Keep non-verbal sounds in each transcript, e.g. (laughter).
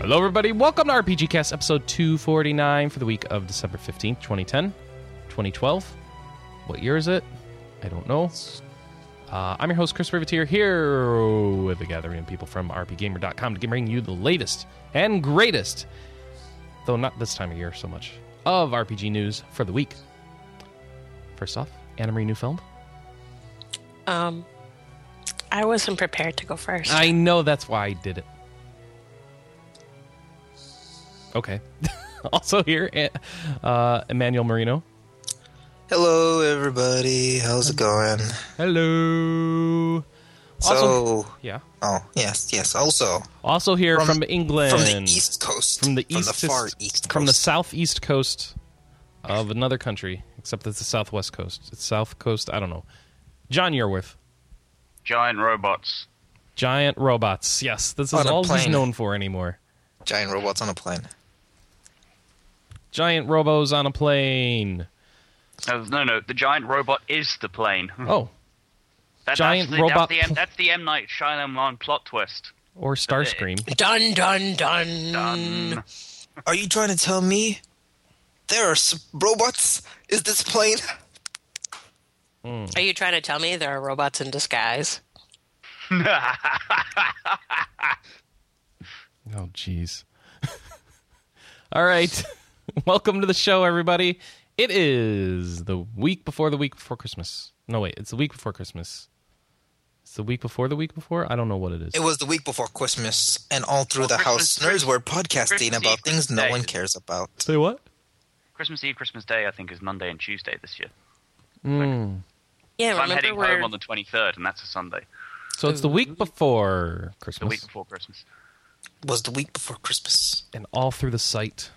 Hello, everybody. Welcome to RPG Cast episode 249 for the week of December 15th, 2010, 2012. What year is it? I don't know. Uh, I'm your host, Chris Rivetier, here with the gathering of people from RPGamer.com to bring you the latest and greatest, though not this time of year so much, of RPG news for the week. First off, Anna Marie Neufeld. Um, I wasn't prepared to go first. I know that's why I did it. Okay. (laughs) also here, eh, uh, Emmanuel Marino. Hello, everybody. How's it going? Hello. Also, so, yeah. oh yes, yes. Also, Also here from, From- England, from the East Coast, from the east, far East Coast, from the southeast coast of another country, except it's the southwest coast. It's south coast. I don't know. John Yerwith, giant robots. giant robots. Yes, this is On a all he's plane. known for anymore. giant robots on a plane. Giant robos on a plane. No, no, no, the giant robot is the plane. Hmm. Oh, That- giant that's the, robot That's the, pl- M, that's the M. Night Shyamalan plot twist. or (laughs) Starscream. Dun dun dun. Done. Mm. Are you trying to tell me there are s- robots? Is this plane? Are you trying to tell me there are robots in disguise? Oh, jeez. (laughs) All right. (laughs) Welcome to the show, everybody. It is the week before the week before Christmas. No, wait. It's the week before Christmas. It's the week before the week before? I don't know what it is. It was the week before Christmas, and all through the Well, house, Christmas- nerds were podcasting Christmas about Eve things no day. one cares about. Say what? Christmas Eve, Christmas Day, I think, is Monday and Tuesday this year. Yeah, So I'm remember heading we're home on the 23rd, and that's a Sunday, So it's the week before the Christmas. week before Christmas. Was the week before Christmas? And all through the site.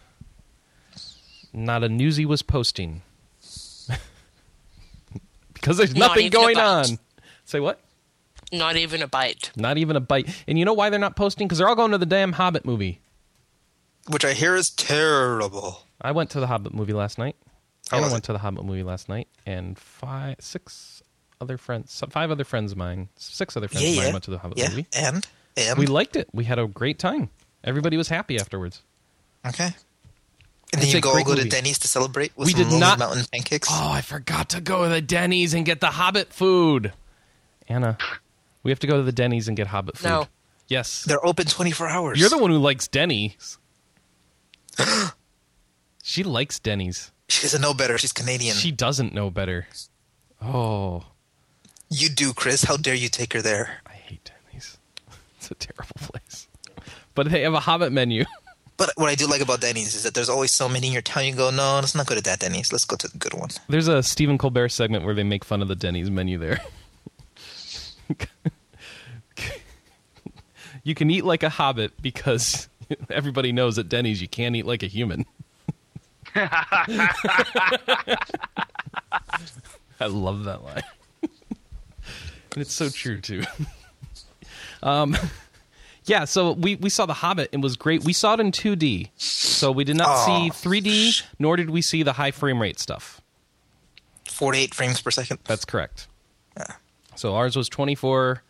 Not a newsie was posting. (laughs) because there's Not nothing even a going bite. on. Say what? not even a bite. Not even a bite. And you know why they're not posting? Because they're all going to the damn Hobbit movie. Which I hear is terrible. I went to the Hobbit movie last night. How Anna was went it? to the Hobbit movie last night, and five, six other friends, five other friends of mine, six other friends Yeah, of mine yeah. went to the Hobbit Yeah, movie. and and We liked it. We had a great time. Everybody was happy afterwards. okay. And It's then a you go great go to movie. Denny's to celebrate with We some did Lonely not- mountain pancakes. Oh, I forgot to go to the Denny's and get the Hobbit food. Anna, we have to go to the Denny's and get Hobbit food. No. Yes. They're open twenty four hours. You're the one who likes Denny's. (gasps) she likes Denny's. She's a no better. She's Canadian. She doesn't know better. Oh. You do, Chris. How dare you take her there? I hate Denny's. (laughs) It's a terrible place. But they have a Hobbit menu. But what I do like about Denny's is that there's always so many in your town. You go, no, let's not go to that Denny's. Let's go to the good one. There's a Stephen Colbert segment where they make fun of the Denny's menu there. (laughs) you can eat like a hobbit because (laughs) everybody knows at Denny's you can't eat like a human. I love that line. and it's so true too. (laughs) um yeah, so we, we saw The Hobbit and was great. We saw it in 2D. So we did not Aw. see 3D, nor did we see the high frame rate stuff. Forty-eight frames per second. That's correct. So ours was 24.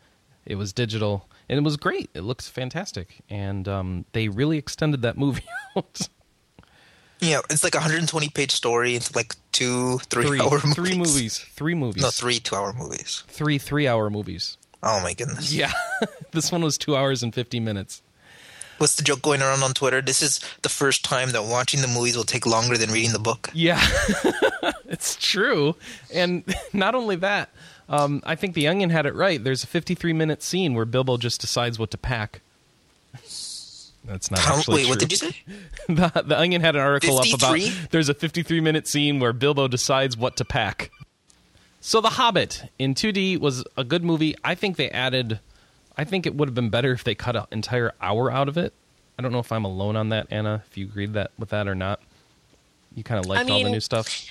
It was digital, and it was great. It looks fantastic, and um, they really extended that movie (laughs) out. Yeah, it's like a 120 page story. It's like two, three, three, hour movies. three movies, three movies, No, three two hour movies. three three-hour movies. Oh my goodness. Yeah, (laughs) this one was two hours and fifty minutes. What's the joke going around on Twitter? This is the first time that watching the movies will take longer than reading the book. Yeah, (laughs) it's true. And (laughs) not only that, um, I think The Onion had it right. There's a 53 minute scene where Bilbo just decides what to pack. That's not How, actually wait, what true. did you say? (laughs) the, the Onion had an article up 53? about there's a 53 minute scene where Bilbo decides what to pack. So The Hobbit in 2D was a good movie. I think they added. I think it would have been better if they cut an entire hour out of it. I don't know if I'm alone on that, Anna. If you agreed that with that or not, you kind of liked all the mean- new stuff.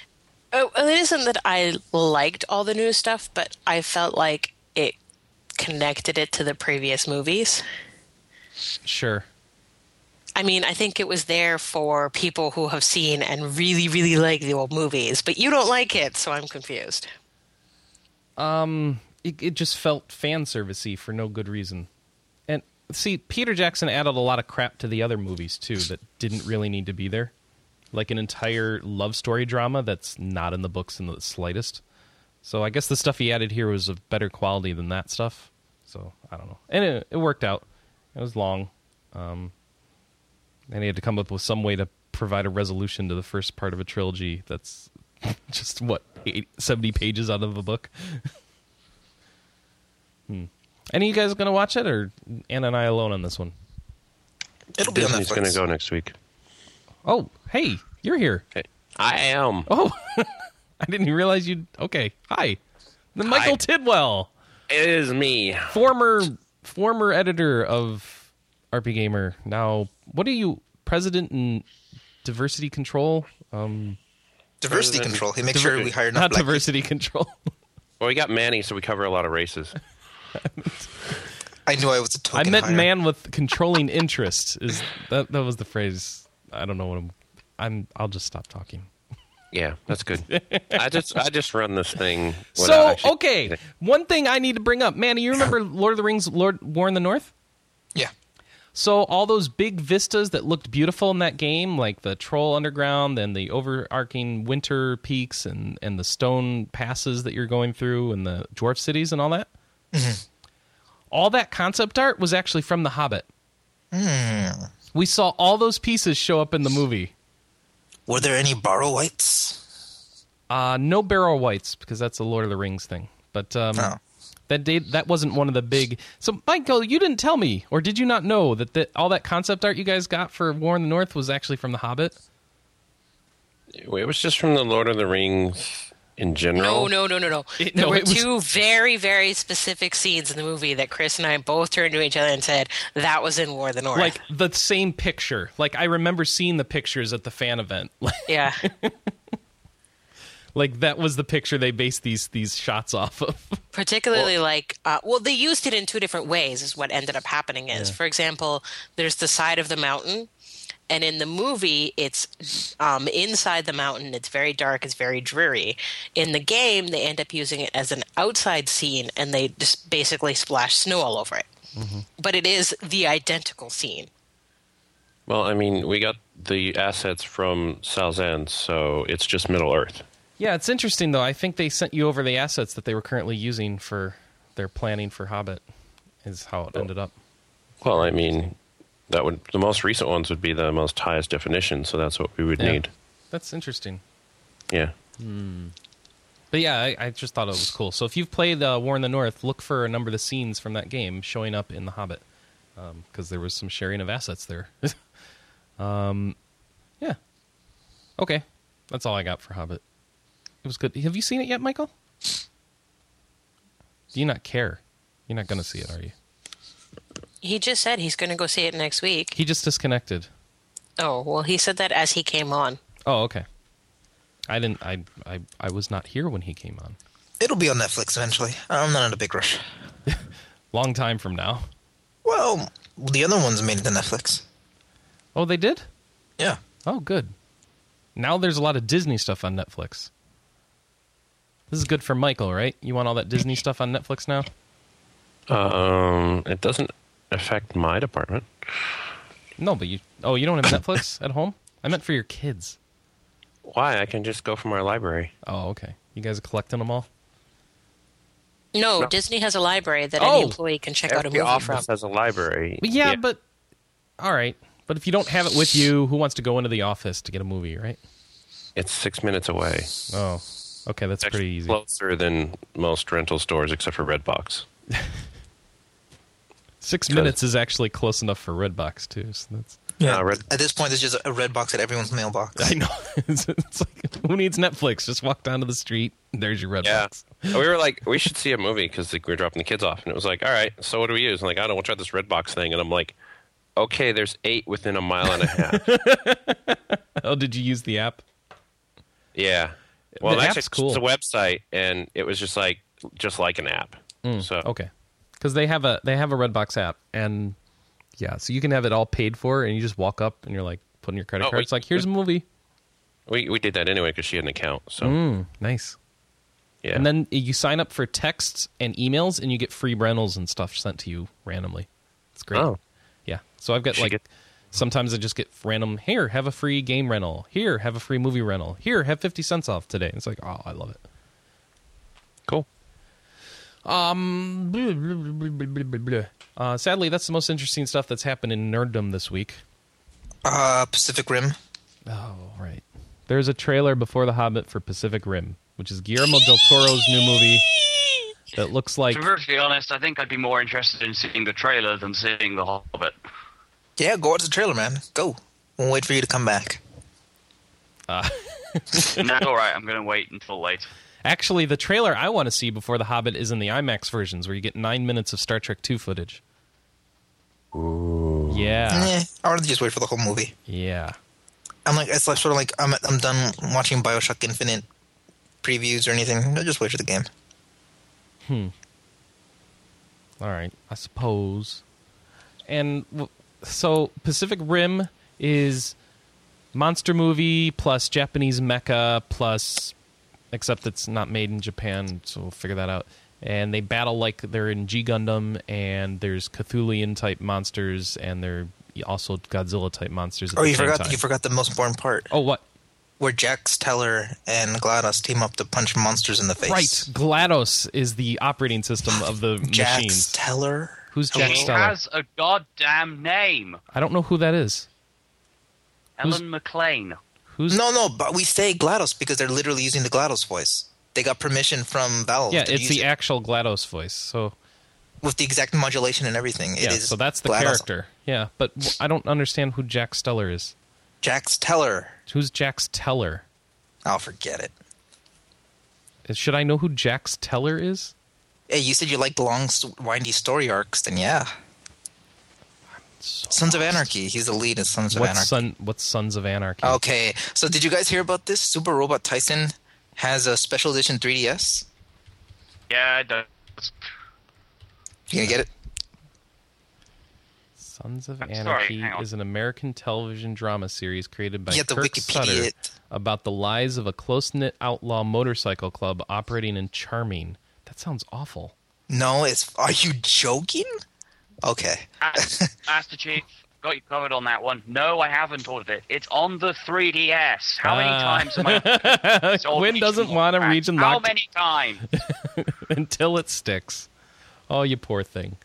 Oh, well, it isn't that I liked all the new stuff, but I felt like it connected it to the previous movies. Sure. I mean, I think it was there for people who have seen and really, really like the old movies, but you don't like it, so I'm confused. it, it just felt fan servicey for no good reason. And see Peter Jackson added a lot of crap to the other movies too that didn't really need to be there, like an entire love story drama that's not in the books in the slightest. So I guess the stuff he added here was of better quality than that stuff. So I don't know, and it, it worked out. It was long, um, and he had to come up with some way to provide a resolution to the first part of a trilogy that's (laughs) just what eight, 70 pages out of a book. Any of you guys gonna watch it, or Anna and I alone on this one? It'll be on Disney's going to Netflix. go next week. Oh, hey, you're here. Hey, I am. Oh, I didn't realize you. Okay, hi, the Michael Hi. Tidwell, It is me. former former editor of RP Gamer. Now, what are you, president and diversity control? Um, Diversity Diver- control. He makes diver- sure we hire enough not black diversity (laughs) control. Well, we got Manny, so we cover a lot of races. people. I knew I was a I token meant hire. man with controlling interest. Is that that was the phrase? I don't know what I'm. I'm. I'll just stop talking. Yeah, that's good. I just I just run this thing. so without (laughs) actually- okay, one thing I need to bring up, Manny. You remember Lord of the Rings, Lord War in the North? Yeah. So all those big vistas that looked beautiful in that game, like the Troll Underground and the overarching winter peaks and and the stone passes that you're going through and the dwarf cities and all that. All that concept art was actually from The Hobbit. We saw all those pieces show up in the movie. Were there any borrow whites? Uh, no barrel whites because that's a Lord of the Rings thing. But um, Oh. that day, that wasn't one of the big. So, Michael, you didn't tell me, or did you not know that the, all that concept art you guys got for War in the North was actually from The Hobbit? It was just from the Lord of the Rings in general. No, no, no, no, no. It- there no, were it was- two very, very specific scenes in the movie that Chris and I both turned to each other and said, that was in War of the (laughs) North. Like the same picture. Like I remember seeing the pictures at the fan event. (laughs) Like, yeah. like that was the picture they based these these shots off of. particularly like uh, well they used it in two different ways is what ended up happening is for example there's the side of the mountain and in the movie it's um, inside the mountain it's very dark it's very dreary in the game they end up using it as an outside scene and they just basically splash snow all over it Mm-hmm. but it is the identical scene Well, I mean, we got the assets from South End, so it's just Middle Earth. Yeah, it's interesting though. I think they sent you over the assets that they were currently using for their planning for Hobbit. Is how it ended up. Well, I mean, that would the most recent ones would be the most highest definition, so that's what we would Yeah. need. That's interesting. Yeah. But yeah, I, I just thought it was cool. So if you've played uh, War in the North, look for a number of the scenes from that game showing up in The Hobbit, because there was some sharing of assets there. (laughs) um, yeah. Okay, that's all I got for Hobbit. It was good. Have you seen it yet, Michael? Do you not care? You're not going to see it, are you? he just said he's going to go see it next week He just disconnected. oh well he said that as he came on Oh, okay. I didn't. I I I was not here when he came on. It'll be on Netflix eventually. I'm not in a big rush. Long time from now. Well, the other ones made it to Netflix. Oh, they did. Yeah. Oh, good. Now there's a lot of Disney stuff on Netflix. This is good for Michael, right? You want all that Disney stuff on Netflix now? Um, it doesn't affect my department. No, but you. Oh, you don't have (coughs) Netflix at home? I meant for your kids. Why? I can just go from our library. Oh, okay. You guys are collecting them all? no, disney has a library that Oh. any employee can check out a Every movie from office has a library. Well, yeah, but. All right. But if you don't have it with you, who wants to go into the office to get a movie, right? it's six minutes away. Oh, okay. That's pretty Actually, easy. Closer than most rental stores, except for Redbox. Six minutes is actually close enough for Redbox, too. So that's. Yeah. Uh, Red- At this point, there's just a red box at everyone's mailbox. (laughs) I know. (laughs) it's, it's like, who needs Netflix? Just walk down to the street. There's your Redbox. Yeah. we were like, we should see a movie because like, we were dropping the kids off, and it was like, all right, so what do we use? And like, I don't, we'll try this Redbox thing, and I'm like, okay, there's eight within a mile and a (laughs) half. (laughs) Oh, did you use the app? yeah. Well, The actually, app's cool. it's a website, and it was just like, just like an app. so Okay, because they have a they have a Redbox app, and yeah, so you can have it all paid for, and you just walk up and you're like putting your credit Oh, card. wait. It's like here's a movie. we we did that anyway because she had an account. So Nice. yeah, Mm. And then you sign up for texts and emails, and you get free rentals and stuff sent to you randomly. It's great. Oh. Yeah. So I've got Should like get- sometimes I just get random here, have a free game rental. Here, have a free movie rental. Here, have 50 cents off today. And it's like, "Oh, I love it." Cool. Blah, blah, blah, blah, blah, blah, blah. Uh, sadly, that's the most interesting stuff that's happened in nerddom this week. Uh, Pacific Rim. Oh, right. There's a trailer before The Hobbit for Pacific Rim, which is Guillermo del Toro's new movie that looks like To be perfectly honest, I think I'd be more interested in seeing the trailer than seeing (laughs) The Hobbit. Yeah, go watch the trailer, man. Go. We'll wait for you to come back. no, all right, I'm going to wait until later. Actually, the trailer I want to see before The Hobbit is in the IMAX versions, where you get nine minutes of Star Trek Two footage. Ooh. Yeah, Yeah, I would just wait for the whole movie. yeah. I'm like, it's like sort of like I'm I'm done watching Bioshock Infinite previews or anything. I'll just wait for the game. All right, I suppose. And w- so Pacific Rim is monster movie plus Japanese mecha plus, except it's not made in Japan, so we'll figure that out. And they battle like they're in G Gundam, and there's Cthulian type monsters, and they're also Godzilla type monsters. At Oh, the you same forgot Time. you forgot the most important part, oh, what? where Jax Teller and GLaDOS team up to punch monsters in the face. Right, GLaDOS is the operating system of the Jax machines. Teller. Who's Hello? Jax He Stellar. has a goddamn name. I don't know who that is. Who's- Ellen McLean. Who's No, no, but we say GLaDOS because they're literally using the GLaDOS voice. They got permission from Valve. Yeah, to it's use the it actual GLaDOS voice. So with the exact modulation and everything. yeah, it is so that's the GLaDOS. character. Yeah, but w- I don't understand who Jack Steller is. Jax Teller. Who's Jax Teller? I'll forget it. Is- Should I know who Jax Teller is? Hey, you said you liked long, s- windy story arcs. Then yeah, So- Sons of Anarchy. He's the lead in Sons of What's Anarchy. Oh. son? What's Sons of Anarchy? Okay, so did you guys hear about this? Super Robot Tyson has a special edition 3DS. Yeah, it does. You gonna get it? Sons of I'm sorry, Anarchy hang on. is an American television drama series created by You have to Kirk Wikipedia Sutter it. about the lies of a close-knit outlaw motorcycle club operating in Charming. That sounds awful. No, it's. Are you joking? Okay. Ask, ask the chief. Got you covered on that one. No, I haven't ordered it. It's on the 3DS. How many Ah. times am (laughs) I? It's all Gwen doesn't region want a locked back. region How locked- many times? until it sticks. Oh, you poor thing.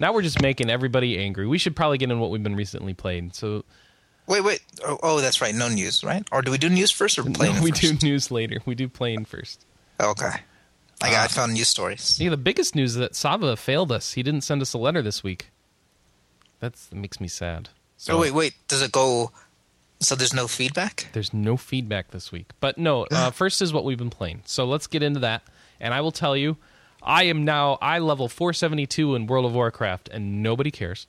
Now we're just making everybody angry. We should probably get in what we've been recently playing. So Wait, wait. Oh, oh that's right. No news, right? Or do we do news first or (laughs) playing? (laughs) we first? do news later. We do playing first. Okay. I got. I found news stories. Ah. See, the biggest news is that Sava failed us. He didn't send us a letter this week. That's, that makes me sad. So Oh wait, wait. Does it go? So there's no feedback. There's no feedback this week. But no, (laughs) uh, first is what we've been playing. So let's get into that. And I will tell you, I am now I level 472 in World of Warcraft, and nobody cares.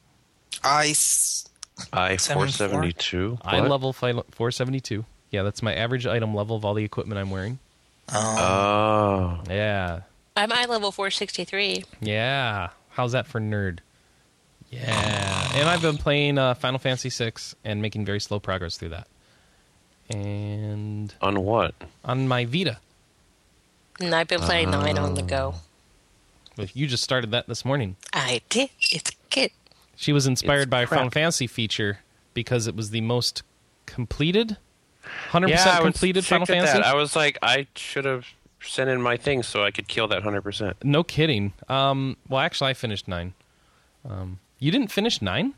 I. s- I 74? four seventy two. I level fi- 472. Yeah, that's my average item level of all the equipment I'm wearing. Oh, Yeah. I'm eye level 463. Yeah. How's that for nerd? Yeah. And I've been playing uh, Final Fantasy VI and making very slow progress through that. And Oh, on what? on my Vita, And I've been playing nine on the Oh. go. if you just started that this morning. I did. It's good. She was inspired It's by a Final crap. Fantasy feature because it was the most completed, 100% I was completed sick Final at that. Fantasy. I was like, I should have sent in my thing so I could kill that hundred percent. No kidding. Um, well, actually, I finished nine. Um, you didn't finish nine?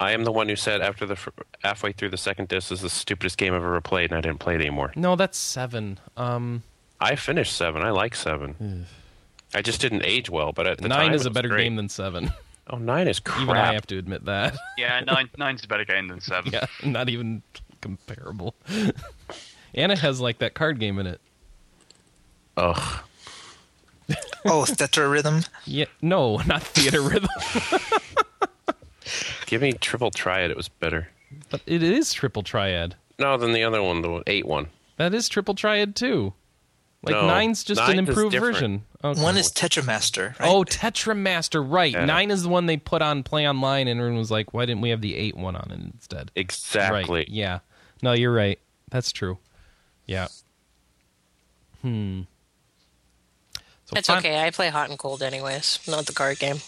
I am the one who said after the fr- halfway through the second disc this is the stupidest game I've ever played, and I didn't play it anymore. No, that's seven. Um, I finished seven. I like seven. I just didn't age well, but at the Hmm. nine time, is it a was better great. game than seven. Oh, nine is (laughs) crap. Even I have to admit that. (laughs) Yeah, nine, nine's a better game than seven. yeah, not even comparable. (laughs) and it has like that card game in it. Ugh. (laughs) Oh, (laughs) Tetra Rhythm. Yeah, no, not theater rhythm, (laughs) Give me triple triad. It was better. but it is triple triad. No, than the other one, the eight one. That is triple triad too. Like No, nine's just an ninth is improved different. version. Okay. One is Tetramaster. Right? Oh, Tetra Master, right? Yeah. Nine is the one they put on Play Online, and everyone was like, "Why didn't we have the eight one on it instead?" Exactly. Right. Yeah. No, you're right. That's true. Yeah. Hmm. So That's fin- okay. I play hot and cold anyways, not the card game.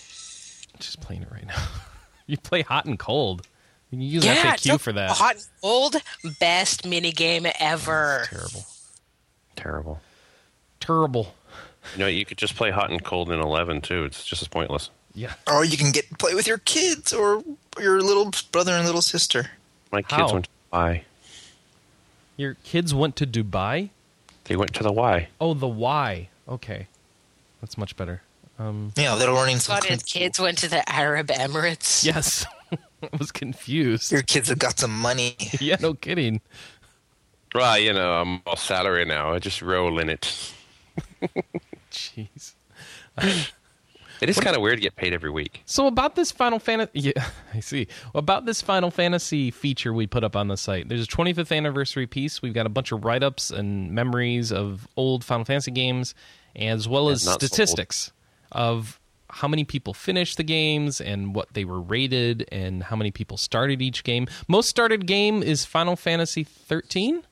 Just playing it right now. (laughs) you play hot and cold. You can use yeah, FAQ it's for a that. Hot and cold, best mini game ever. Terrible. Terrible. Terrible. You know, you could just play hot and cold in 11 too. It's just as pointless. Yeah. Or you can get play with your kids or your little brother and little sister. My kids How? went to Y. Your kids went to Dubai? They went to the Y. Oh, the Y. Okay. That's much better. Mm-hmm. Yeah, they're learning some. But his kids went to the Arab Emirates. Yes. (laughs) I was confused. (laughs) Your kids have got some money. yeah, no kidding. Well, you know, I'm all salary now. I just roll in it. Jeez. It is kind of weird to get paid every week. So about this Final Fantasy, (laughs) yeah, I see. About this Final Fantasy feature we put up on the site. There's a 25th anniversary piece. We've got a bunch of write-ups and memories of old Final Fantasy games, as well as not so old. statistics of how many people finished the games and what they were rated and how many people started each game. Most started game is Final Fantasy 13,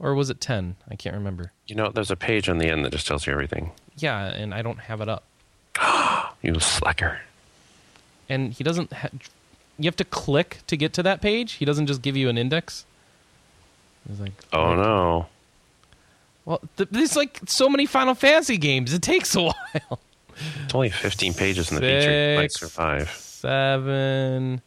or was it 10? I can't remember. You know, there's a page on the end that just tells you everything. Yeah, and I don't have it up. You slacker. and he doesn't ha- you have to click to get to that page he doesn't just give you an index it's like Oh no. well th- there's like so many final fantasy games it takes a (laughs) while It's only 15 pages in the feature. You might Six. survive. seven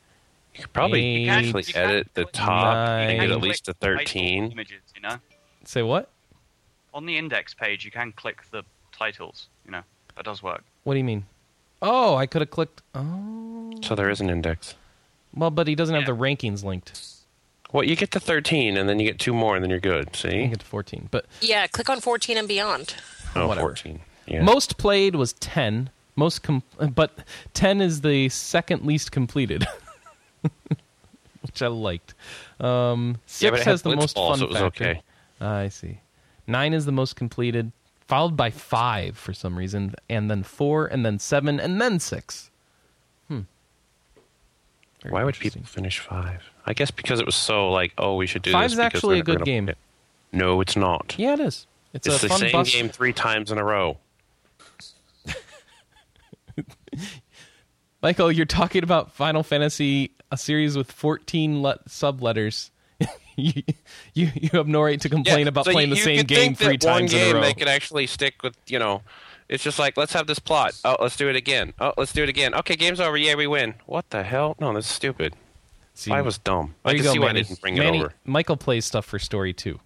You could probably Eight. actually You can't- edit the you can't top and click get at least a the title 13. Images, you know? say what On the index page, you can click the titles, you know? That does work. what do you mean oh i could have clicked oh So there is an index. well but he doesn't have Yeah. the rankings linked Well, you get to 13 and then you get two more and then you're good. i can See? get to 14 but Yeah, click on 14 and beyond. Oh, Whatever. 14. Yeah. most played was 10 most com- but 10 is the second least completed (laughs) which i liked um, 6 Yeah, but it had has the most Blitzball, fun so it was factor okay. Ah, i see 9 is the most completed followed by 5 for some reason and then 4 and then 7 and then 6 hmm Very Why would interesting. people finish five? I guess because it was so like, oh, we should do Five's this. because actually we're a good gonna- game. No, it's not. yeah it is it's, it's a the fun same bus game three times in a row. Michael, you're talking about Final Fantasy, a series with 14 le- subletters. (laughs) you, you you have no right to complain about so playing you- the you same could game think three that one times game in a row. They could actually stick with you know. It's just like let's have this plot. Oh, let's do it again. Oh, let's do it again. Okay, game's over. Yeah, we win. What the hell? No, that's stupid. See, I was dumb. there I you can go, see why Manny. I didn't bring Manny- it over. Michael plays stuff for story too.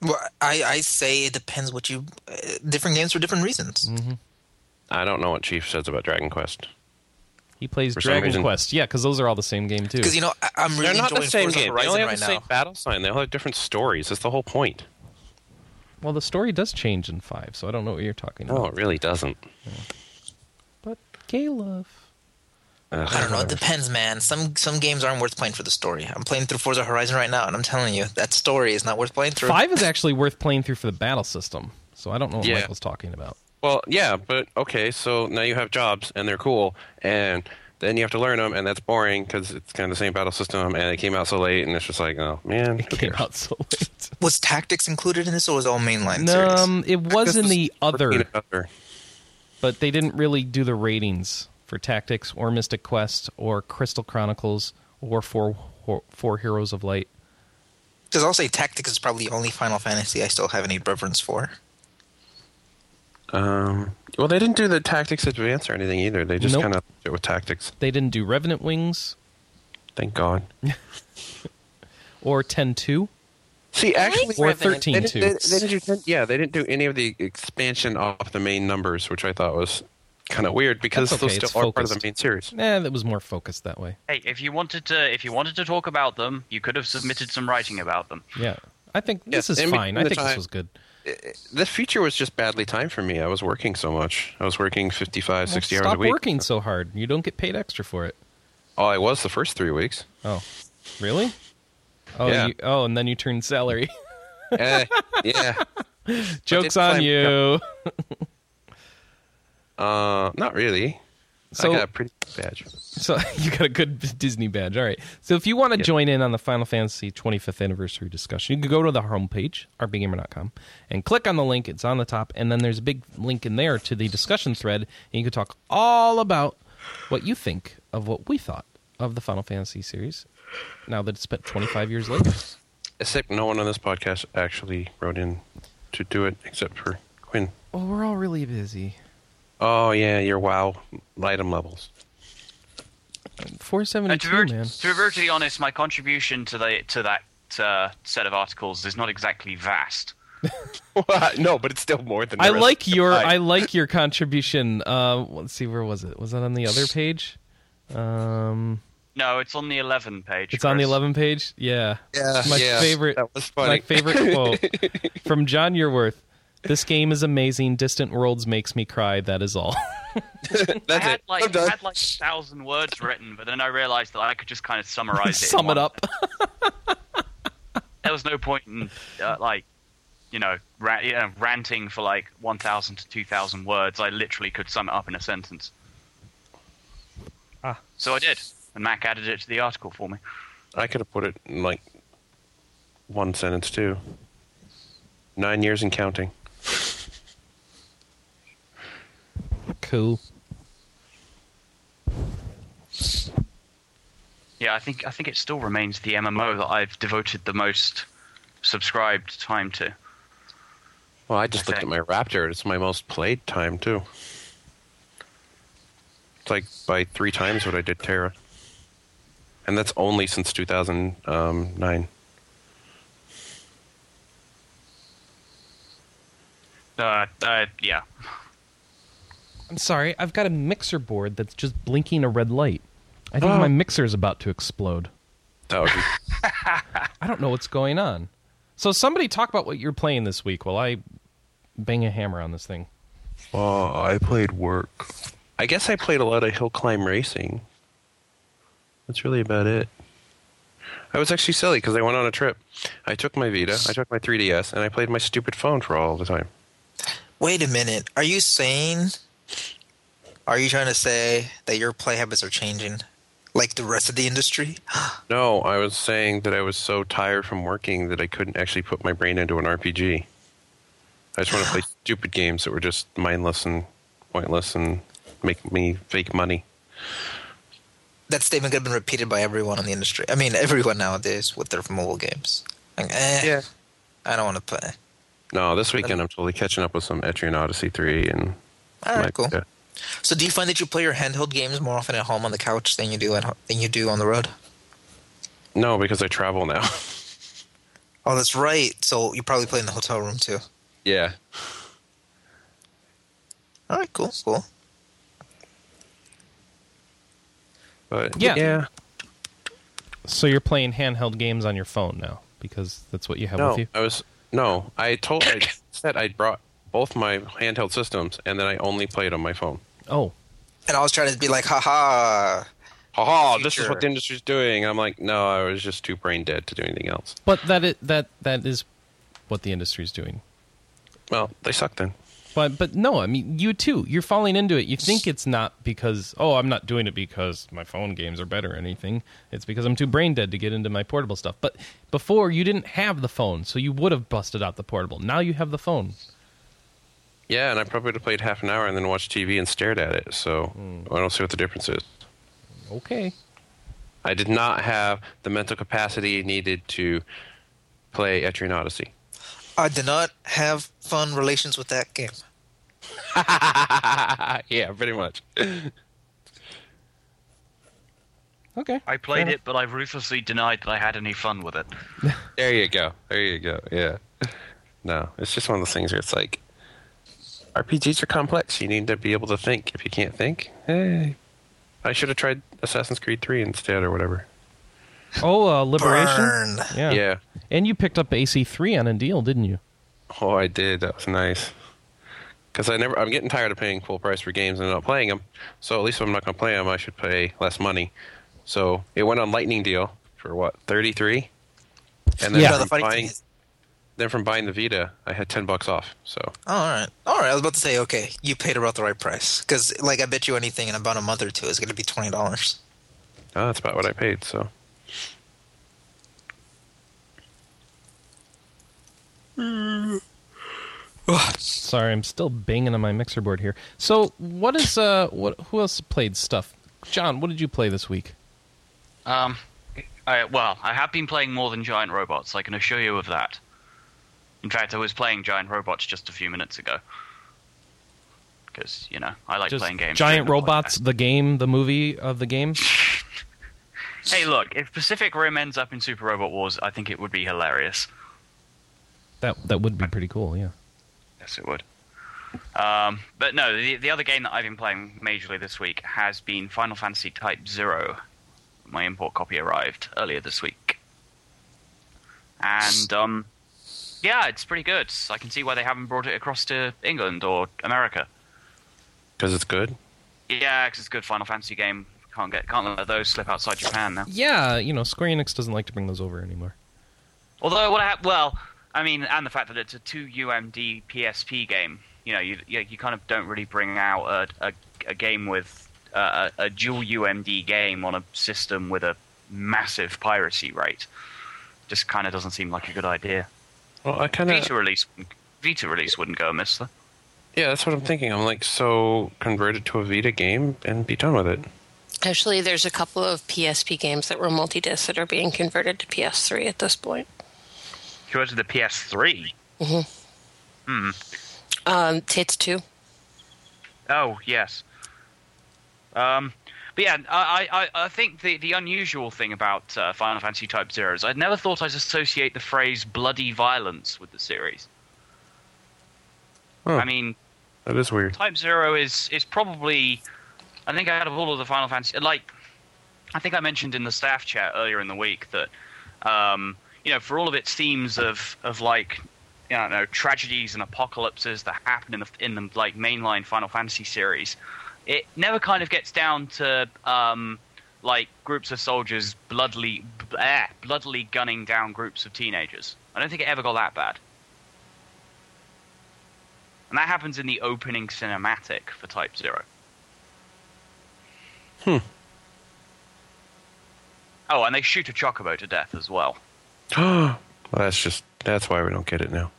Well, I, I say it depends what you. Uh, different games for different reasons. I don't know what Chief says about Dragon Quest. He plays For some Dragon reason. Quest. Yeah, because those are all the same game too. Because you know I, I'm really They're not enjoying the same Forza game. They Horizon only have right the now. same battle sign. They all have different stories. That's the whole point. well, the story does change in five, so I don't know what you're talking No, about. it really doesn't. But gay love. Ugh, I don't know. (laughs) It whatever. depends, man. Some some games aren't worth playing for the story. I'm playing through Forza Horizon right now, and I'm telling you that story is not worth playing through. Five is actually worth playing through for the battle system, so I don't know what Yeah. Michael's talking about. Well, yeah, but okay, so now you have jobs and they're cool, and then you have to learn them, and that's boring because it's kind of the same battle system, and it came out so late, and it's just like, oh man, It who came (laughs) cares? out so (laughs) late. Was tactics included in this, or was it all mainline series? Um, it was in the You other know, but they didn't really do the ratings for Tactics or Mystic Quest or Crystal Chronicles or Four Four Heroes of Light. Because I'll say tactics is probably the only Final Fantasy I still have any reverence for. Um, well, they didn't do the tactics advance or anything either. They just Nope. kind of it with tactics. They didn't do Revenant Wings Thank God. or Ten Two See, actually, or Revenant. they Thirteen didn't, they, Two. they didn't do ten, yeah, they didn't do any of the expansion off the main numbers, which I thought was kind of weird because That's okay, those still it's are part of the focused. main series. Nah, Eh, that was more focused that way. Hey, if you wanted to, if you wanted to talk about them, you could have submitted some writing about them. Yeah, I think this Yes, is in fine. I between the think this time- was good. the feature was just badly timed for me. I was working so much. I was working 55, Well, 60 stop hours a week. working so hard. You don't get paid extra for it. Oh, I was the first (laughs) three weeks. Oh, really? Oh, Yeah. you, oh, and then you turn salary. Eh, yeah. (laughs) Jokes did on climb- you. Uh, not really. So I got a pretty good badge. So (laughs) you got a good Disney badge. All right. So if you want to join in on the Final Fantasy 25th anniversary discussion, you can go to the homepage, rpgamer.com, and click on the link. It's on the top. And then there's a big link in there to the discussion thread. And you can talk all about what you think of what we thought of the Final Fantasy series now that it's spent 25 years later. Except no one on this podcast actually wrote in to do it except for Quinn. Well, we're all really busy. Oh yeah, your wow item levels. (laughs) And 472, to, be, ver- man. to be brutally honest, my contribution to the to that uh, set of articles is not exactly vast. no, but it's still more than. the I rest like of your mine. I like your contribution. Uh, let's see, where was it? Was that on the other page? Um, No, it's on the 11 page. It's on the Chris. 11 page. Yeah. Yeah, My yeah, favorite. that was funny. My favorite quote (laughs) from John Yearworth. This game is amazing. Distant Worlds makes me cry. That is all. I That's had it. I'm like I done. had like a thousand words written, but then I realized that I could just kind of summarize it. in (laughs) Sum it one. up. There was no point in uh, like you know, ra- you know, ranting for like 1,000 to 2,000 words. I literally could sum it up in a sentence. Ah. So I did, and Mac added it to the article for me. I could have put it in like one sentence too. Nine years and counting. Cool. Yeah, I think I think it still remains the MMO that I've devoted the most subscribed time to. Well, I just looked Okay. at my Raptor. It's my most played time too. It's like by three times what I did Terra, and that's only since 2009. Uh, uh, yeah. I'm sorry. I've got a mixer board that's just blinking a red light. I think Oh. my mixer is about to explode. That would be I don't know what's going on. So somebody talk about what you're playing this week while I bang a hammer on this thing. (laughs) Oh, I played work. I guess I played a lot of hill climb racing. That's really about it. I was actually silly because I went on a trip. I took my Vita, I took my 3DS, and I played my stupid phone for all the time. Wait a minute. Are you saying? Are you trying to say that your play habits are changing, like the rest of the industry? No, I was saying that I was so tired from working that I couldn't actually put my brain into an RPG. I just want (sighs) to play stupid games that were just mindless and pointless and make me fake money. That statement could have been repeated by everyone in the industry. I mean, everyone nowadays with their mobile games. Like, eh, Yeah. I don't want to play. No, this weekend I'm totally catching up with some Etrian Odyssey 3 and. All right, my- cool. yeah. So, do you find that you play your handheld games more often at home on the couch than you do at ho- than you do on the road? No, because I travel now. Oh, that's right. So you probably play in the hotel room too. (laughs) yeah. All right, cool, cool. But Yeah. So you're playing handheld games on your phone now because that's what you have No, with you. I was no. I told (coughs) I said I brought both my handheld systems, and then I only played on my phone. Oh, And I was trying to be like, haha. Haha! Oh, This is what Future. the industry's doing. I'm like, no, I was just too brain dead to do anything else. but that is, that that is what the industry's doing. Well, they suck then. But but no, I mean you too. You're falling into it. You think it's not because oh I'm not doing it because my phone games are better or anything. It's because I'm too brain dead to get into my portable stuff. But before you didn't have the phone, so you would have busted out the portable. Now you have the phone. Yeah, and I probably would have played half an hour and then watched TV and stared at it. So I don't see what the difference is. Okay. I did not have the mental capacity needed to play Etrian Odyssey. I did not have fun relations with that game. Uh, yeah, pretty much. (laughs) Okay. I played it, but I ruthlessly denied that I had any fun with it. There you go. There you go. Yeah. (laughs) No, it's just one of those things where it's like RPGs are complex. You need to be able to think. If you can't think, hey, I should have tried Assassin's Creed 3 instead or whatever. Oh, uh, liberation. Burn. Yeah. And you picked up AC3 on a deal, didn't you? Oh, I did. That was nice. Because I never, I'm getting tired of paying full price for games and not playing them. So at least if I'm not going to play them, I should pay less money. So it went on Lightning Deal for what, 33? And then Yeah. No, from the funny thing buying- is, Then from buying the Vita, I had ten bucks off. So Oh, all right, all right. I was about to say, okay, you paid about the right price because, like, I bet you anything in about a month or two is going to be twenty dollars. uh, that's about what I paid. So (sighs) Sorry, I'm still banging on my mixer board here. So, what is uh, what? Who else played stuff? John, what did you play this week? Um, I, well, I have been playing more than Giant Robots. I can assure you of that. In fact, I was playing Giant Robots just a few minutes ago. Because you know, I like Just playing games. (laughs) giant that look like robots, the game, the movie of the game. that. Hey, look! If Pacific Rim ends up in Super Robot Wars, I think it would be hilarious. That that would be pretty cool. Yeah. Yes, it would. Um, but no, the, the other game that I've been playing majorly this week has been Final Fantasy Type Zero. My import copy arrived earlier this week, and um, yeah, it's pretty good. I can see why they haven't brought it across to England or America. because it's good. Yeah, 'cause it's a good Final Fantasy game. Can't get can't let those slip outside Japan now. Yeah, you know, Square Enix doesn't like to bring those over anymore. Although what I ha- well, I mean, and the fact that it's a two UMD PSP game, you know, you you, you kind of don't really bring out a a, a game with uh, a, a dual UMD game on a system with a massive piracy rate. Just kind of doesn't seem like a good idea. Well, I kind of Vita release, Vita release wouldn't go amiss though. yeah, that's what I'm thinking. I'm like, so convert it to a Vita game and be done with it. Actually, there's a couple of PSP games that were multi disc that are being converted to PS3 at this point. Go to the PS3. Um, Tits 2. Oh yes. Um, but yeah, I, I- I, I think the, the unusual thing about uh, Final Fantasy Type Zero is I'd never thought I'd associate the phrase "bloody violence" with the series. Huh. I mean, That is weird. (gasps) Type Zero is is probably, I think, out of all of the Final Fantasy, like, I think I mentioned in the staff chat earlier in the week that, um, you know, for all of its themes of of like, you know, I don't know, tragedies and apocalypses that happen in the in the like mainline Final Fantasy series, it never kind of gets down to um, like groups of soldiers bloodily bleh, bloodily gunning down groups of teenagers. I don't think it ever got that bad. And that happens in the opening cinematic for Type Zero. Hmm. Oh, and they shoot a chocobo to death as well. well, that's just that's why we don't get it now.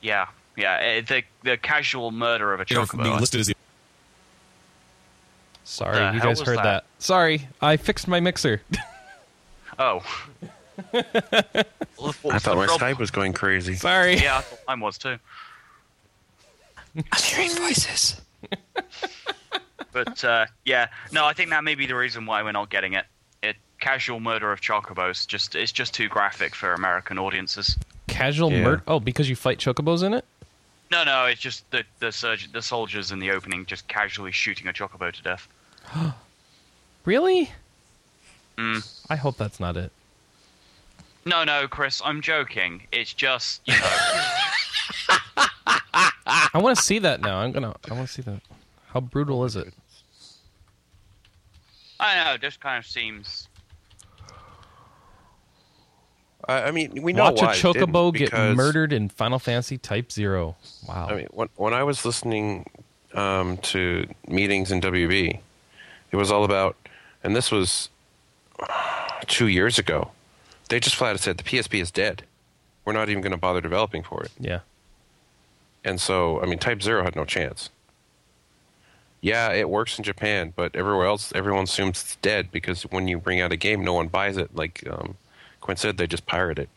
Yeah, yeah. eh, the the casual murder of a It'll be chocobo. listed as the Sorry, The you hell guys was heard that? that? Sorry, I fixed my mixer. (laughs) Oh. I thought my Skype was going crazy. Sorry. Yeah, I thought mine was too. I'm hearing voices. But uh, yeah, no, I think that may be the reason why we're not getting it. It casual murder of chocobos just it's just too graphic for American audiences. Casual Yeah. murder. Oh, because you fight chocobos in it? No, no, it's just the the, surg- the soldiers in the opening just casually shooting a chocobo to death. Really? Mm. I hope that's not it. No, no, Chris, I'm joking. It's just you (laughs) know, I want to see that now. I'm gonna. I want to see that. How brutal is it? I don't know. It just kind of seems. I, I mean, we know Watch a why it didn't, chocobo get because- murdered in Final Fantasy Type Zero. Wow. I mean, when, when I was listening um, to meetings in WB, it was all about, and this was two years ago. They just flat out said the PSP is dead. We're not even going to bother developing for it. yeah. And so, I mean, Type Zero had no chance. Yeah, it works in Japan, but everywhere else, everyone assumes it's dead because when you bring out a game, no one buys it. Like um, Quinn said, they just pirate it.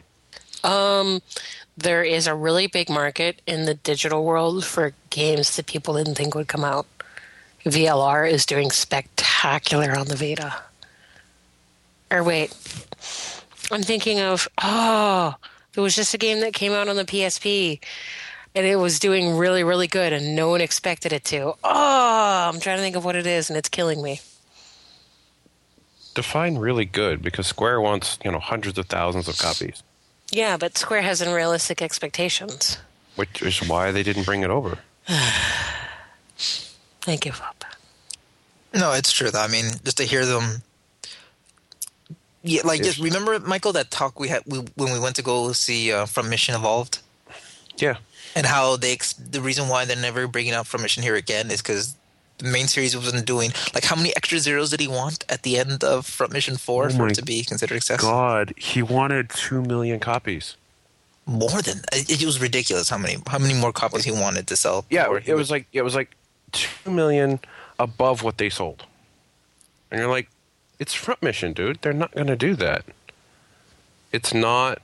There is a really big market in the digital world for games that people didn't think would come out. VLR is doing spectacular on the Vita. Or wait, I'm thinking of, oh, there was just a game that came out on the PSP and it was doing really, really good and no one expected it to. Oh, I'm trying to think of what it is and it's killing me. Define really good because Square wants you know hundreds of thousands of copies. Yeah, but Square has unrealistic expectations. which is why they didn't bring it over. I give up. No, it's true. Though. I mean, just to hear them. Yeah, like just remember Michael that talk we had we, when we went to go see uh, from Mission Evolved. Yeah. and how they ex- the reason why they're never bringing up from Mission Here again is because the main series wasn't doing like how many extra zeros did he want at the end of Front Mission Four Oh for my it to be considered successful? God, he wanted two million copies. More than it, it was ridiculous. How many how many more copies he wanted to sell? Yeah, before he it was like it was like two million above what they sold, and you're like, it's front mission, dude. They're not gonna do that. It's not,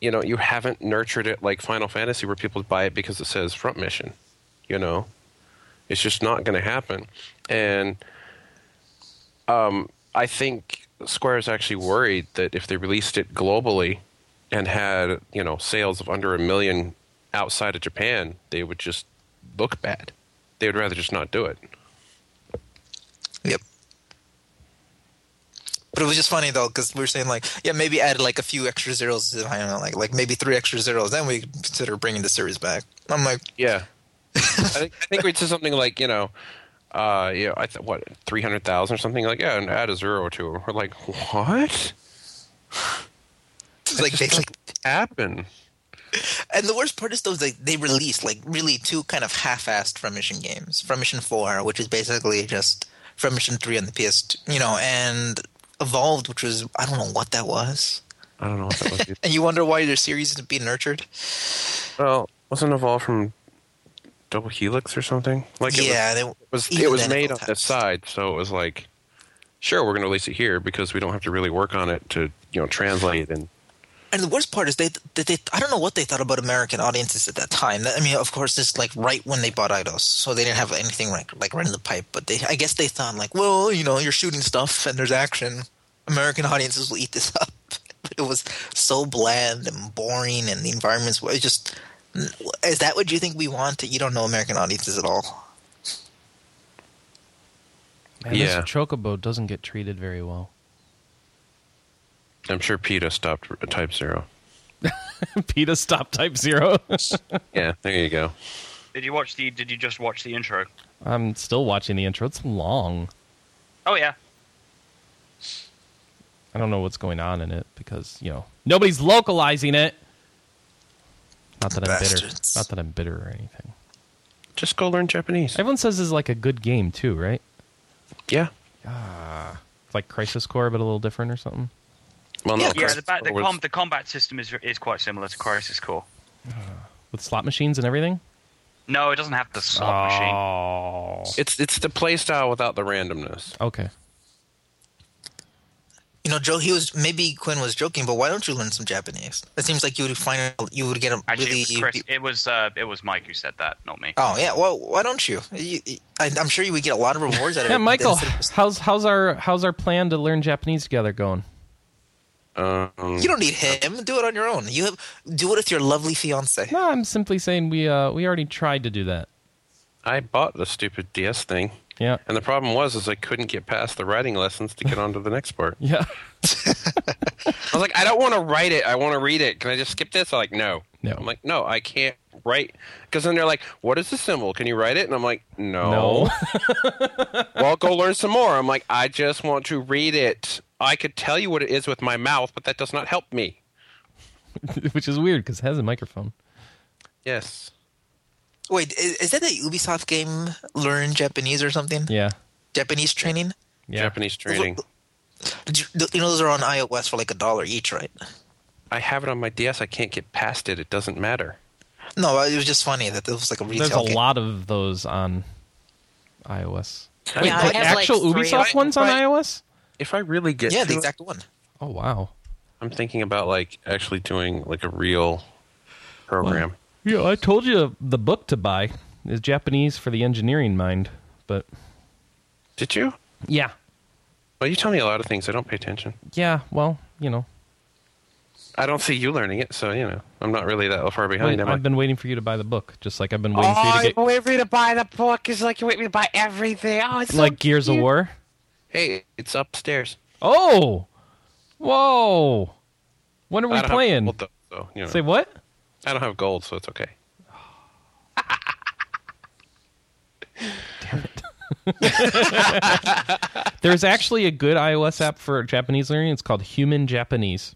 you know, you haven't nurtured it like Final Fantasy, where people buy it because it says front mission. You know, it's just not gonna happen, and um, I think Square is actually worried that if they released it globally and had you know sales of under a million outside of Japan, they would just look bad. They would rather just not do it. Yep. But it was just funny though, because we were saying like, yeah, maybe add like a few extra zeros. To, I don't know, like like maybe three extra zeros. Then we consider bringing the series back. I'm like, Yeah, (laughs) I think, I think we'd say something like you know, uh, you know, I th- what three hundred thousand or something like yeah, and add a zero to it. We're like, what it's like they like, (laughs) happened? and the worst part is though, like they released like really two kind of half-assed From Mission games, From Mission Four, which is basically just From Mission Three on the PS, you know, and Evolved, which was I don't know what that was. I don't know what that (laughs) was. And you wonder why their series isn't being nurtured. well, wasn't evolved from Double Helix or something? Like it was- yeah, they- was even it was then made on felt the half-assed. side, so it was like, sure, we're going to release it here because we don't have to really work on it to you know translate and And the worst part is they, they, they I don't know what they thought about American audiences at that time. That- I mean, of course, this like right when they bought Idos, so they didn't have anything like like right in the pipe. But they, I guess, they thought like, well, you know, you're shooting stuff and there's action. American audiences will eat this (laughs) up. But it was so bland and boring, and the environments were just. Is that what you think we want? You don't know American audiences at all. Man, this Yeah. Chocobo doesn't get treated very (laughs) well. I'm sure PETA stopped r- Type Zero. PETA stop type zero. Yeah, there you go. Did you watch the? Did you just watch the intro? (laughs) I'm still watching the intro. It's long. Oh yeah. I don't know what's going on in it because, you know, nobody's localizing it. Not that I'm Bastards. bitter. Not that I'm bitter or anything. Just go learn Japanese. Everyone says it's like a good game too, right? Yeah. It's like Crisis Core but a little different or something. Well, no, Yeah, Yeah, Chris- the, ba- the, was- com- the combat system is is quite similar to Crisis Core. With slot machines and everything? No, it doesn't have the slot machine. Oh. it's it's the playstyle without the randomness. Okay. You know, Joe. He was maybe Quinn was joking, but why don't you learn some Japanese? It seems like you would find out you would get a Actually, really it was Chris. It was uh, it was Mike who said that, not me. Oh yeah, well, why don't you? you you- I, I'm sure you would get a lot of rewards out (laughs) of Yeah, it. Michael, Instead of- how's how's our how's our plan to learn Japanese together going? Um, You don't need him. Do it on your own. You have, do it with your lovely fiance. No, I'm simply saying we uh we already tried to do that. I bought the stupid DS thing, Yeah. and the problem was is I couldn't get past the writing lessons to get on to the next part. Yeah. I was like, I don't want to write it. I want to read it. Can I just skip this? I'm like, no. No. I'm like, no, I can't write. Because then they're like, what is the symbol? Can you write it? And I'm like, no. No. (laughs) (laughs) well, go learn some more. I'm like, I just want to read it. I could tell you what it is with my mouth, but that does not help me. Which is weird because it has a microphone. Yes. Wait, is, is that the Ubisoft game? Learn Japanese or something? Yeah. Japanese training? Yeah. Japanese training. Did You th- you know those are on iOS for like a dollar each, right? I have it on my DS. I can't get past it. It doesn't matter. No, it was just funny that it was like a retail There's a game. lot of those on iOS. I Yeah, Like I have actual like three Ubisoft of- ones on Right. iOS? If I really get Yeah, to the it, exact one. Oh wow. I'm thinking about like actually doing like a real program. Yeah, I told you the book to buy is Japanese for the engineering mind, but Did you? yeah. Well, you tell me a lot of things. I don't pay attention. Yeah, well, you know. I don't see you learning it, so you know I'm not really that far behind. Wait, am I? I've been waiting for you to buy the book, just like I've been waiting for you to get wait for you Oh, to buy the book. It's like you wait me to buy everything. Oh, it's like Gears of War. Hey, it's upstairs. Oh, whoa! When are I we don't have playing? gold, though, so, you know, Say what? I don't have gold, so it's okay. (laughs) There's actually a good iOS app for Japanese learning. It's called Human Japanese.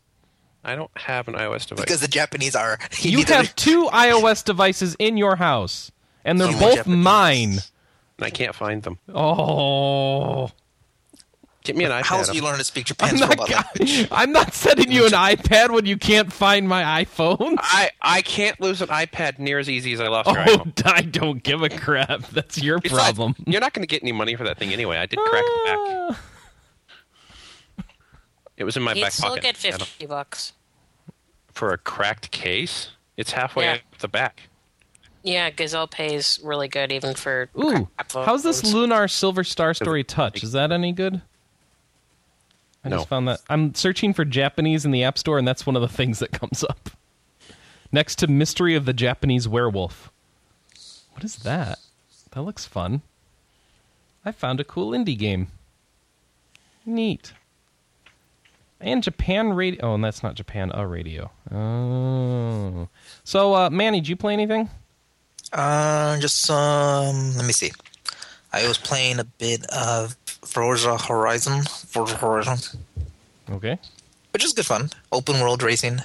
I don't have an iOS device. because the Japanese are. (laughs) You neither- have two iOS devices in your house, and they're Some both Japanese. mine. and I can't find them. Oh, Get me an iPad. How else I'm- you learn to speak I'm Japanese not, robot language? (laughs) I'm not sending (laughs) you an iPad when you can't find my iPhone. I, I can't lose an iPad near as easy as I lost your Oh, iPhone. (laughs) I don't give a crap. That's your Besides, problem. (laughs) You're not going to get any money for that thing anyway. I did crack the back. Ah. It was in my You'd back still pocket. get I don't- fifty bucks. For a cracked case, it's halfway Yeah. up the back. Yeah, Gazelle pays really good even for. Ooh, crap phones. how's this Lunar Silver Star Story Touch? Is that any good? I No. just found that. I'm searching for Japanese in the App Store, and that's one of the things that comes up. Next to Mystery of the Japanese Werewolf. What is that? That looks fun. I found a cool indie game. Neat. And Japan radio. Oh, and that's not Japan. A radio. Oh. So, uh, Manny, did you play anything? Uh, just um, let me see. I was playing a bit of Forza Horizon, Forza Horizon, Okay. which is good fun. Open world racing.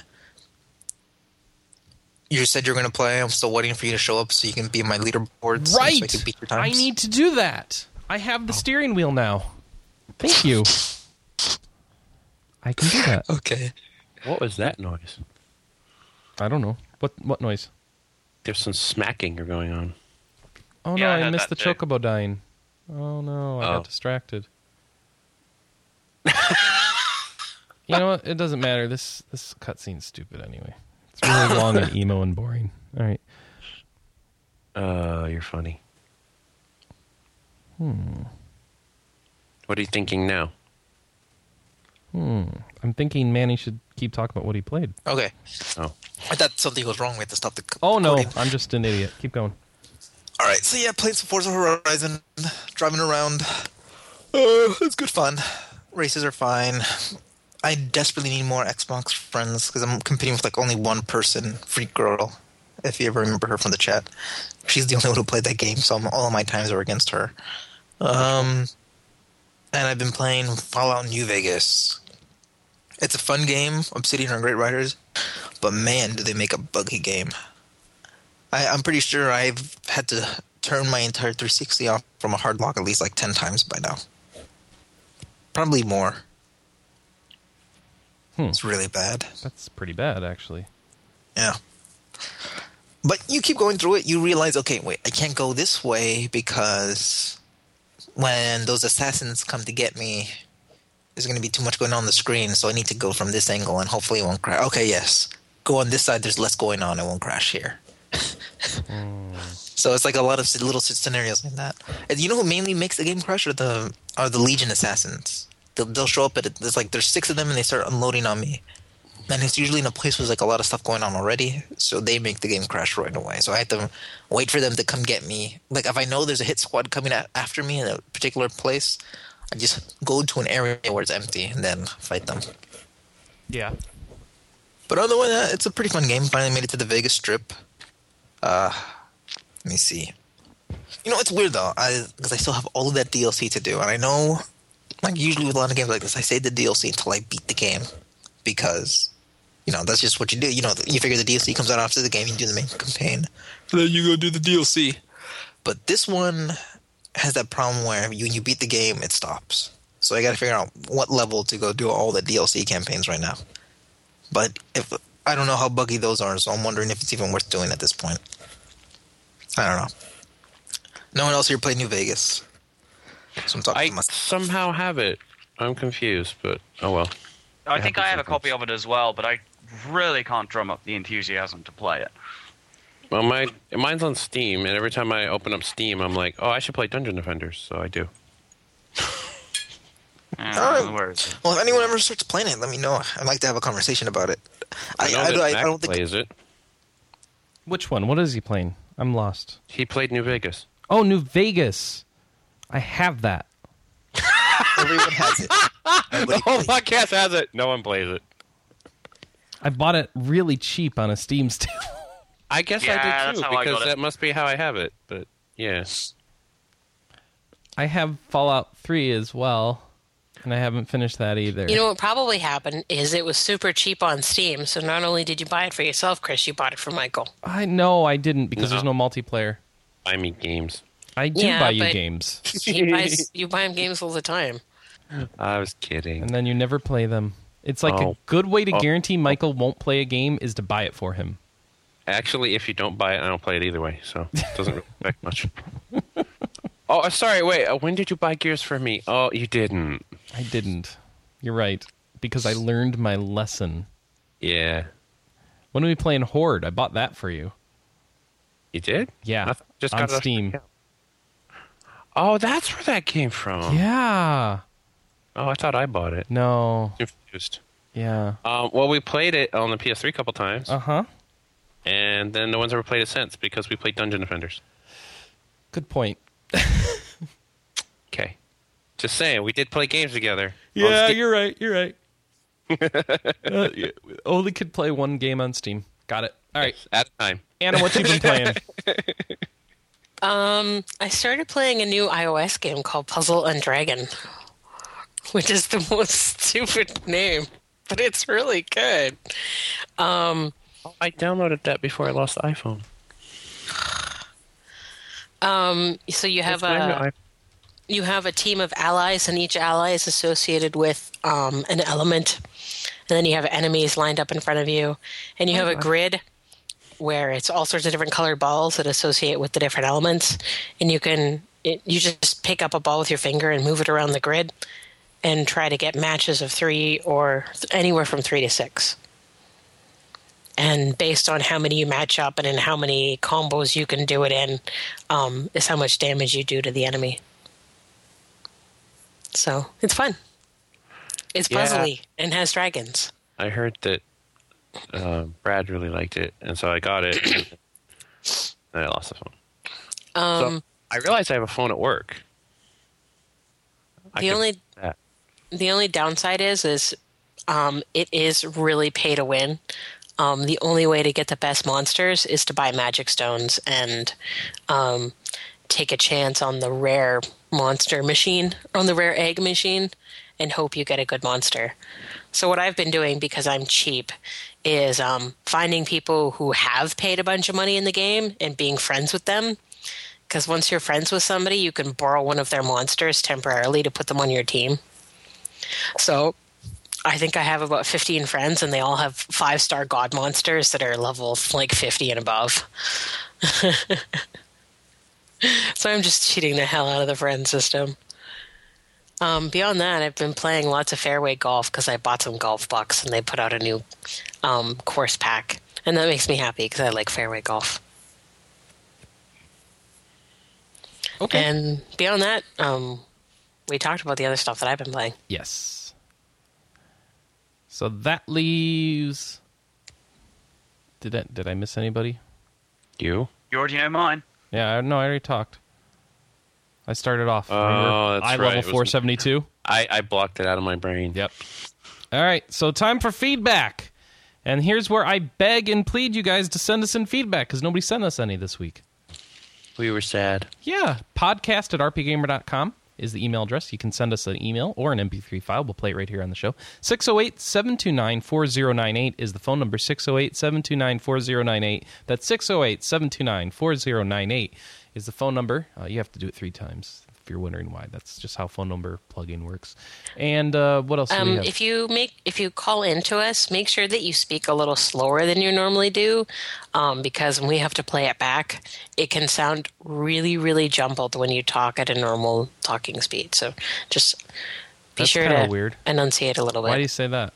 You said you were going to play. I'm still waiting for you to show up so you can be in my leaderboards. So I can beat your Right. I times. need to do that. I have the steering wheel now. Thank you. I can do that. Okay. What was that noise? I don't know. What what noise? There's some smacking going on. Oh Yeah, I no, I, heard missed the that too. chocobo dying. Oh no, I Oh. got (laughs) distracted. you know what? It doesn't matter. This this cutscene's stupid anyway. It's really long and emo and boring. All right. Uh, you're funny. Hmm. What are you thinking now? I'm thinking Manny should keep talking about what he played. Okay. Oh. I thought something was wrong. We had to stop the. c- Oh (laughs) no, recording. I'm just an idiot. Keep going. All right. So yeah, playing some Forza Horizon, driving around. Uh, it's good fun. Races are fine. I desperately need more Xbox friends because I'm competing with like only one person, Freak Girl. If you ever remember her from the chat, she's the only one who played that game, so I'm, all of my times are against her. Um, and I've been playing Fallout New Vegas. It's a fun game. Obsidian are great writers, but man, do they make a buggy game. I, I'm pretty sure I've had to turn my entire 360 off from a hard lock at least like 10 times by now. Probably more. Hmm. It's really bad. That's pretty bad actually. Yeah. But you keep going through it, you realize, okay, wait, I can't go this way because when those assassins come to get me, there's going to be too much going on the screen, so I need to go from this angle and hopefully it won't crash. Okay, yes. Go on this side, there's less going on, it won't crash here. (laughs) So it's like a lot of s- little s- scenarios like that. And you know who mainly makes the game crash are the are the Legion assassins. They'll, they'll show up at it. There's like there's six of them and they start unloading on me. And it's usually in a place with like a lot of stuff going on already, so they make the game crash right away. So I have to wait for them to come get me. Like if I know there's a hit squad coming at, after me in a particular place, I just go to an area where it's empty and then fight them. Yeah. But other than that, it's a pretty fun game. Finally made it to the Vegas Strip. Uh, let me see. You know, it's weird though, because I, still have all of that DLC to do, and I know, like usually with a lot of games like this, I save the DLC until I beat the game, because, you know, that's just what you do. You know, you figure the DLC comes out after the game, you do the main campaign, then you go do the DLC. But this one has that problem where you, when you beat the game, it stops. So I got to figure out what level to go do all the DLC campaigns right now but if I don't know how buggy those are, so I'm wondering if it's even worth doing at this point. I don't know. No one else here played New Vegas, so I'm talking I to myself. somehow have it. I'm confused, but oh well. I I think have I have a to say thanks. copy of it as well, but I really can't drum up the enthusiasm to play it. Well, my mine's on Steam, and every time I open up Steam, I'm like, oh, I should play Dungeon Defenders, so I do. Yeah, Oh. where is it? Well, if anyone ever starts playing it, let me know. I'd like to have a conversation about it. I, know I, that do- I, I Mac don't think plays it. Which one? What is he playing? I'm lost. He played New Vegas. Oh, New Vegas. I have that. everyone has it. The Nobody whole plays it. podcast has it. No one plays it. I bought it really cheap on a Steam (laughs) sale. I guess Yeah, I that's did too, how I because got it. that must be how I have it. But yeah, I have Fallout 3 as well. and I haven't finished that either. You know what probably happened is it was super cheap on Steam, so not only did you buy it for yourself, Chris, you bought it for Michael. I no, I didn't because there's no No. multiplayer. Buy me games. I do Yeah, buy you but- games, He buys, you buy him games all the time. I was kidding. and then you never play them. It's like a Oh. good way to Oh. guarantee Michael won't play a game is to buy it for him. Actually, if you don't buy it, I don't play it either way, so it doesn't really affect (laughs) much. oh, uh, sorry. Wait, uh, when did you buy Gears for me? Oh, you didn't. I didn't. You're right because I learned my lesson. Yeah, When are we playing Horde? I bought that for you. you did. Yeah, I th- just on got it off- Steam. Oh, that's where that came from. Yeah. Oh, I thought I bought it. No. Confused. Yeah. Um, well, we played it on the PS3 a couple times, Uh huh. and then no one's ever played it since because we played Dungeon Defenders. Good point. Okay. Just saying, we did play games together. on Yeah, Steam. you're right. You're (laughs) right. Uh, yeah, only could play one game on Steam. Got it. All right, at a time. Anna, what you been playing? I started playing a new iOS game called Puzzle and Dragon, which is the (laughs) most stupid name, but it's really good. I downloaded that before I lost the iPhone. So you have Why am a I- you have a team of allies, and each ally is associated with um, an element. And then you have enemies lined up in front of you, and Oh, you have a grid where it's all sorts of different colored balls that associate with the different elements. And you can it, you just pick up a ball with your finger and move it around the grid, and try to get matches of three or th- anywhere from three to six. And based on how many you match up and in how many combos you can do it in, um, is how much damage you do to the enemy. So it's fun. It's Yeah. puzzly and has dragons. I heard that uh, Brad really liked it, and so I got it, and then I lost the phone. Um, so I realized I have a phone at work. I The could- only- that. The only downside is, is um, it is really pay to win. Um, the only way to get the best monsters is to buy magic stones and um, take a chance on the rare monster machine, on the rare egg machine, and hope you get a good monster. So what I've been doing because I'm cheap is um, finding people who have paid a bunch of money in the game and being friends with them. Because once you're friends with somebody, you can borrow one of their monsters temporarily to put them on your team. So I think I have about 15 friends, and they all have five star god monsters that are level like 50 and above. (laughs) so I'm just cheating the hell out of the friend system. Um, beyond that, I've been playing lots of fairway golf because I bought some golf bucks and they put out a new um, course pack. And that makes me happy because I like fairway golf. Okay. And beyond that, um, we talked about the other stuff that I've been playing. (laughs) yes. So that leaves. Did I, did I miss anybody? You? You already know mine. Yeah, I- no, I already talked. I started off. Oh, remember? that's I right. It level was- (laughs) 472. I, I blocked it out of my brain. Yep. All right, so time for feedback. And here's where I beg and plead you guys to send us in feedback because nobody sent us any this week. We were sad. Yeah, podcast at rpgamer.com is the email address. You can send us an email or an MP3 file. We'll play it right here on the show. 608 729 4098 is the phone number 608 729 4098. That's 608 729 4098 is the phone number. Uh, you have to do it three times if you're wondering why. That's just how phone number plugin works. And uh, what else do we Um, have? if you make if you call into us, make sure that you speak a little slower than you normally do, um, because when we have to play it back, it can sound really really jumbled when you talk at a normal talking speed. So just be That's sure kinda to weird. enunciate a little why do you bit, say that?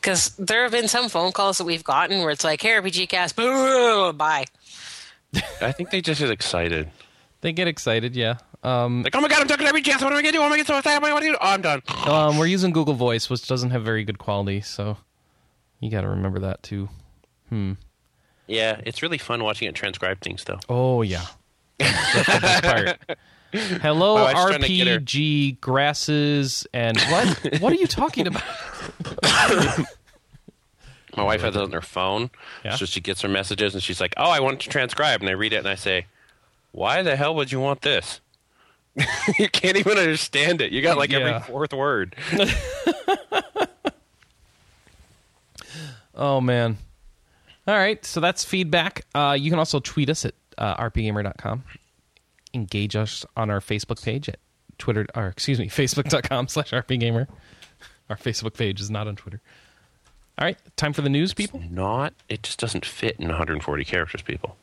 because there have been some phone calls that we've gotten where it's like, "Hey, RPG cast, boo, bye." I think they just is excited. They get excited, yeah. Um, Like, oh my god, I'm talking every chance. What am I gonna do? What am I gonna do? What am I gonna do? Oh, I'm done. um, we're using Google Voice, which doesn't have very good quality, so you got to remember that too. Yeah, it's really fun watching it transcribe things, though. Oh yeah. That's the (laughs) best part. Hello, My wife's trying to get her- RPG grasses and what? what are you talking about? (laughs) My wife has it on her phone, Yeah. so she gets her messages and she's like, "Oh, I want it to transcribe," and I read it and I say, "Why the hell would you want this?" (laughs) you can't even understand it. You got like Yeah. every fourth word. Oh man. All right, so that's feedback. Uh, you can also tweet us at uh, rpgamer.com. Engage us on our Facebook page at Twitter, or excuse me, (laughs) facebook.com slash rpgamer. Our Facebook page is not on Twitter. All right, time for the news, people. Not. It just doesn't fit in 140 characters, people.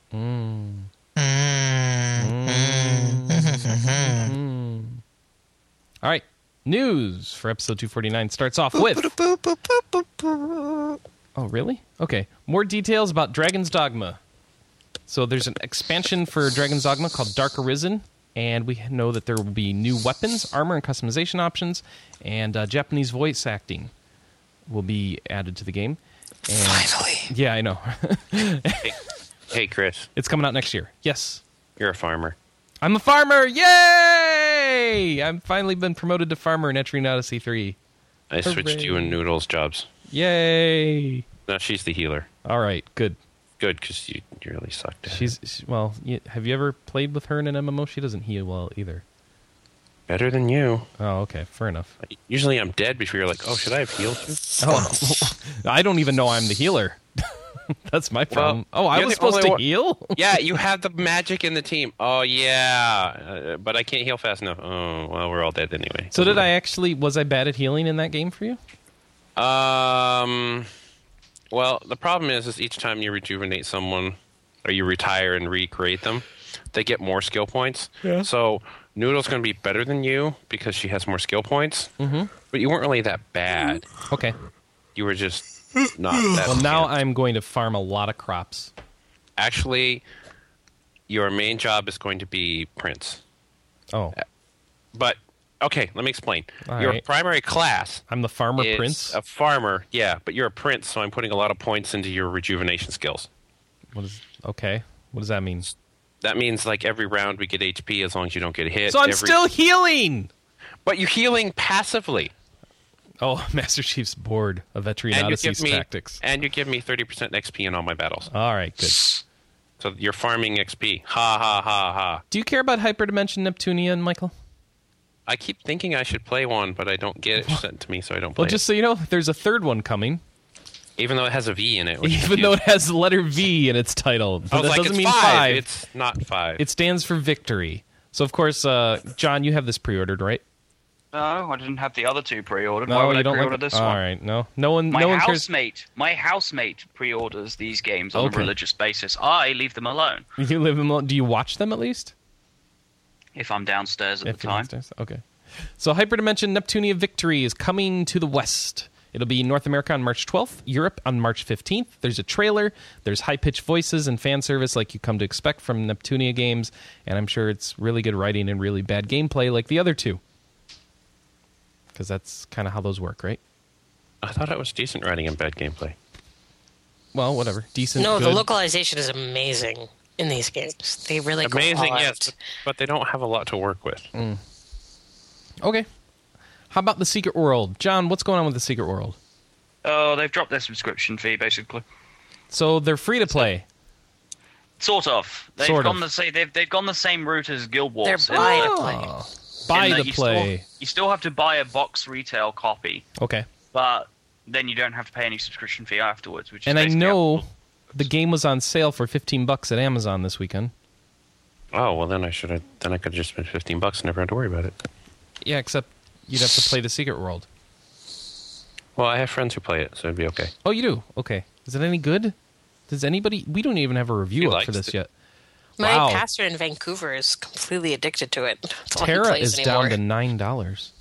All right, news for episode 249 starts off with. Oh, really? Okay. More details about Dragon's Dogma. So there's an expansion for Dragon's Dogma called Dark Arisen, and we know that there will be new weapons, armor, and customization options, and uh, Japanese voice acting will be added to the game. And, Finally. yeah, I know. (laughs) Hey, Chris, it's coming out next year. Yes. you're a farmer. I'm a farmer. Yay! I've finally been promoted to farmer in Etrian Odyssey 3. I switched you Hooray. and Noodle's jobs. Yay! No, she's the healer. All right, good. Good, because you, you really sucked at it. She's she, well. You, have you ever played with her in an MMO? She doesn't heal well either. better than you. Oh, okay, fair enough. Usually I'm dead before you're like, oh, should I have healed you? Oh, I don't even know I'm the healer. (laughs) That's my problem. oh, I you're was the only supposed to one- heal. (laughs) yeah, you have the magic in the team. Oh, yeah. Uh, but I can't heal fast enough. Oh, well, we're all dead anyway. So did I actually? Was I bad at healing in that game for you? Um, well, the problem is, is each time you rejuvenate someone or you retire and recreate them, they get more skill points. Yeah. So Noodle's going to be better than you because she has more skill points. Mm-hmm. But you weren't really that bad. Okay. You were just not that. Well, now good. I'm going to farm a lot of crops. actually, your main job is going to be Prince. Oh, But okay, let me explain. All your right. primary class I'm the farmer is prince. a farmer. Yeah, but you're a prince, so I'm putting a lot of points into your rejuvenation skills. What is? Okay. What does that mean? That means like every round we get HP as long as you don't get hit. So I'm Every- still healing. But you're healing passively. Oh, (laughs) Master Chief's bored of Etrian And you Odyssey's give me tactics. Uh. and you give me 30% XP in all my battles. All right, good. So you're farming XP. Ha ha ha ha. Do you care about Hyperdimension Neptunia and Michael? I keep thinking I should play one, but I don't get it sent to me, so I don't play Well, just so you know, there's a third one coming, (laughs) it. Even though it has a V in it. which even is- though it has the letter V in its title. But I was that like, doesn't it's mean five. five. It's not five. It stands for victory. So, of course, uh, John, you have this pre-ordered, right? No, I didn't have the other two pre-ordered. Why would you I don't pre-order like it? this All one? right, no, no one, My no one cares. housemate, my housemate pre-orders these games on Okay. a religious basis. I leave them alone You live in. Lo- Do you watch them at least? if I'm downstairs at If the you're time. downstairs? Okay. So Hyperdimension Neptunia Victory is coming to the West. It'll be North America on March 12th, Europe on March 15th. There's a trailer, there's high pitched voices and fan service like you come to expect from Neptunia games, and I'm sure it's really good writing and really bad gameplay like the other two. Because that's kind of how those work, right? I thought it was decent writing and bad gameplay. Well, whatever. Decent. No, the good. localization is amazing in these games. They really go Amazing, all yes, out. but, but they don't have a lot to work with. Mm. Okay. How about the Secret World, John? What's going on with the Secret World? Oh, they've dropped their subscription fee basically. So they're free to play. Sort of. They've Sort gone of. the same. They've they've gone the same route as Guild They're Wars. in Oh. buy that- to play. Buy in that the you play. Still, you still have to buy a box retail copy, Okay. but then you don't have to pay any subscription fee afterwards. Which is and I basically- know the game was on sale for 15 bucks at Amazon this weekend. Oh well, then I should have. Then I could have just spent fifteen bucks and never had to worry about it. Yeah, except you'd have to play The Secret World. Well, I have friends who play it, so it'd be okay. Oh, you do? Okay. Is it any good? Does anybody? We don't even have a He review up for likes this it. yet. My Wow. pastor in Vancouver is completely addicted to it. That's all he Terra plays is anymore. down to nine dollars.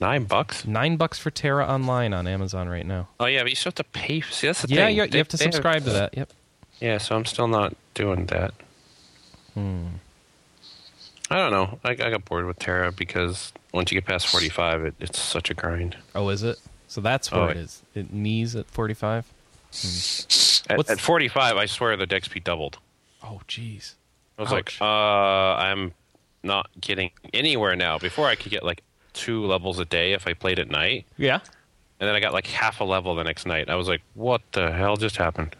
Nine bucks. Nine bucks for Terra Online on Amazon right now. Oh yeah, but you still have to pay. See, that's the Yeah, thing. you, you They- have to they subscribe to that. Yep. yeah, so I'm still not doing that. Hmm. I don't know. I, I got bored with Terra because once you get past forty-five, it, it's such a grind. Oh, is it? So that's where Oh, it it- is. It knees at 45. At, What's- at forty-five, I swear the XP doubled. Oh, jeez. I was Ouch. like, uh, I'm not getting anywhere now. Before I could get like two levels a day if I played at night, Yeah. and then I got like half a level the next night. I was like, what the hell just happened?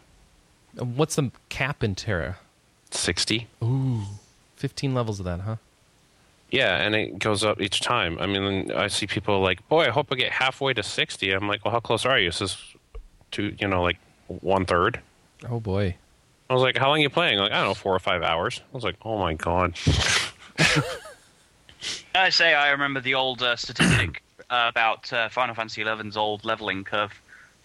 What's the cap in Terra? Sixty. Ooh, 15 levels of that, huh? Yeah, and it goes up each time. I mean, I see people like, boy, I hope I get halfway to 60. I'm like, well, how close are you? This is two, you know, like one third. Oh boy. I was like, how long you playing? Like, I don't know, four or five hours. I was like, oh my God. I say I remember the old uh, statistic (coughs) uh, about uh, Final Fantasy XI's old leveling curve.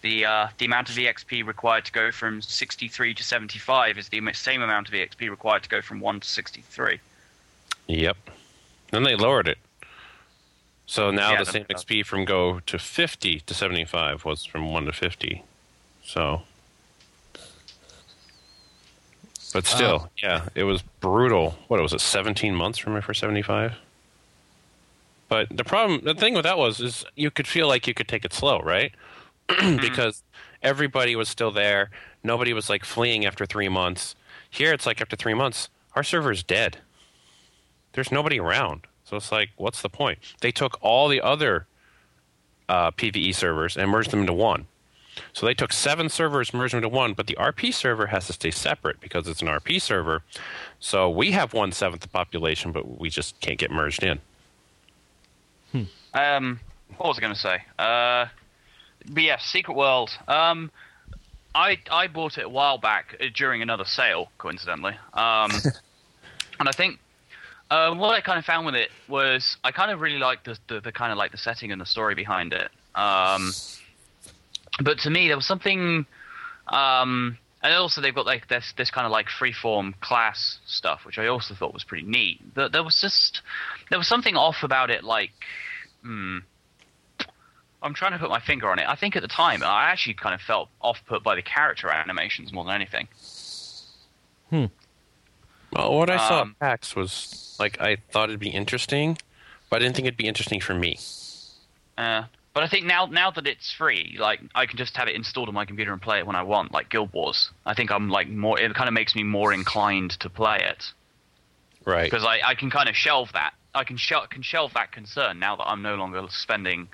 The uh, the amount of EXP required to go from 63 to 75 is the am- same amount of EXP required to go from 1 to 63. Yep. Then they lowered it. So now Yeah, the that- same XP from go to 50 to 75 was from 1 to 50. So. But still, yeah, it was brutal. What was it, 17 months from my first 75? But the problem, the thing with that was, is you could feel like you could take it slow, right? (clears throat) because everybody was still there. Nobody was like fleeing after three months. Here, it's like after three months, our server's dead. There's nobody around. So it's like, what's the point? They took all the other uh, PVE servers and merged them into one. So they took seven servers, merged them into one, but the RP server has to stay separate because it's an RP server. So we have one seventh the population, but we just can't get merged in. Um, what was I going to say? Uh, but yeah, Secret World. Um, I I bought it a while back uh, during another sale, coincidentally. Um, and I think uh, what I kind of found with it was I kind of really liked the the, the kind of like the setting and the story behind it. Um, but to me, there was something. Um, and also, they've got like this this kind of like freeform class stuff, which I also thought was pretty neat. There, there was just there was something off about it, like I'm trying to put my finger on it. I think at the time I actually kind of felt off put by the character animations more than anything. Well, what I saw Um, at PAX was like I thought it'd be interesting, but I didn't think it'd be interesting for me. Uh, but I think now now that it's free, like I can just have it installed on my computer and play it when I want, like Guild Wars. I think I'm like more. It kind of makes me more inclined to play it Right. because I, I can kind of shelve that. I can shel- can shelve that concern now that I'm no longer spending,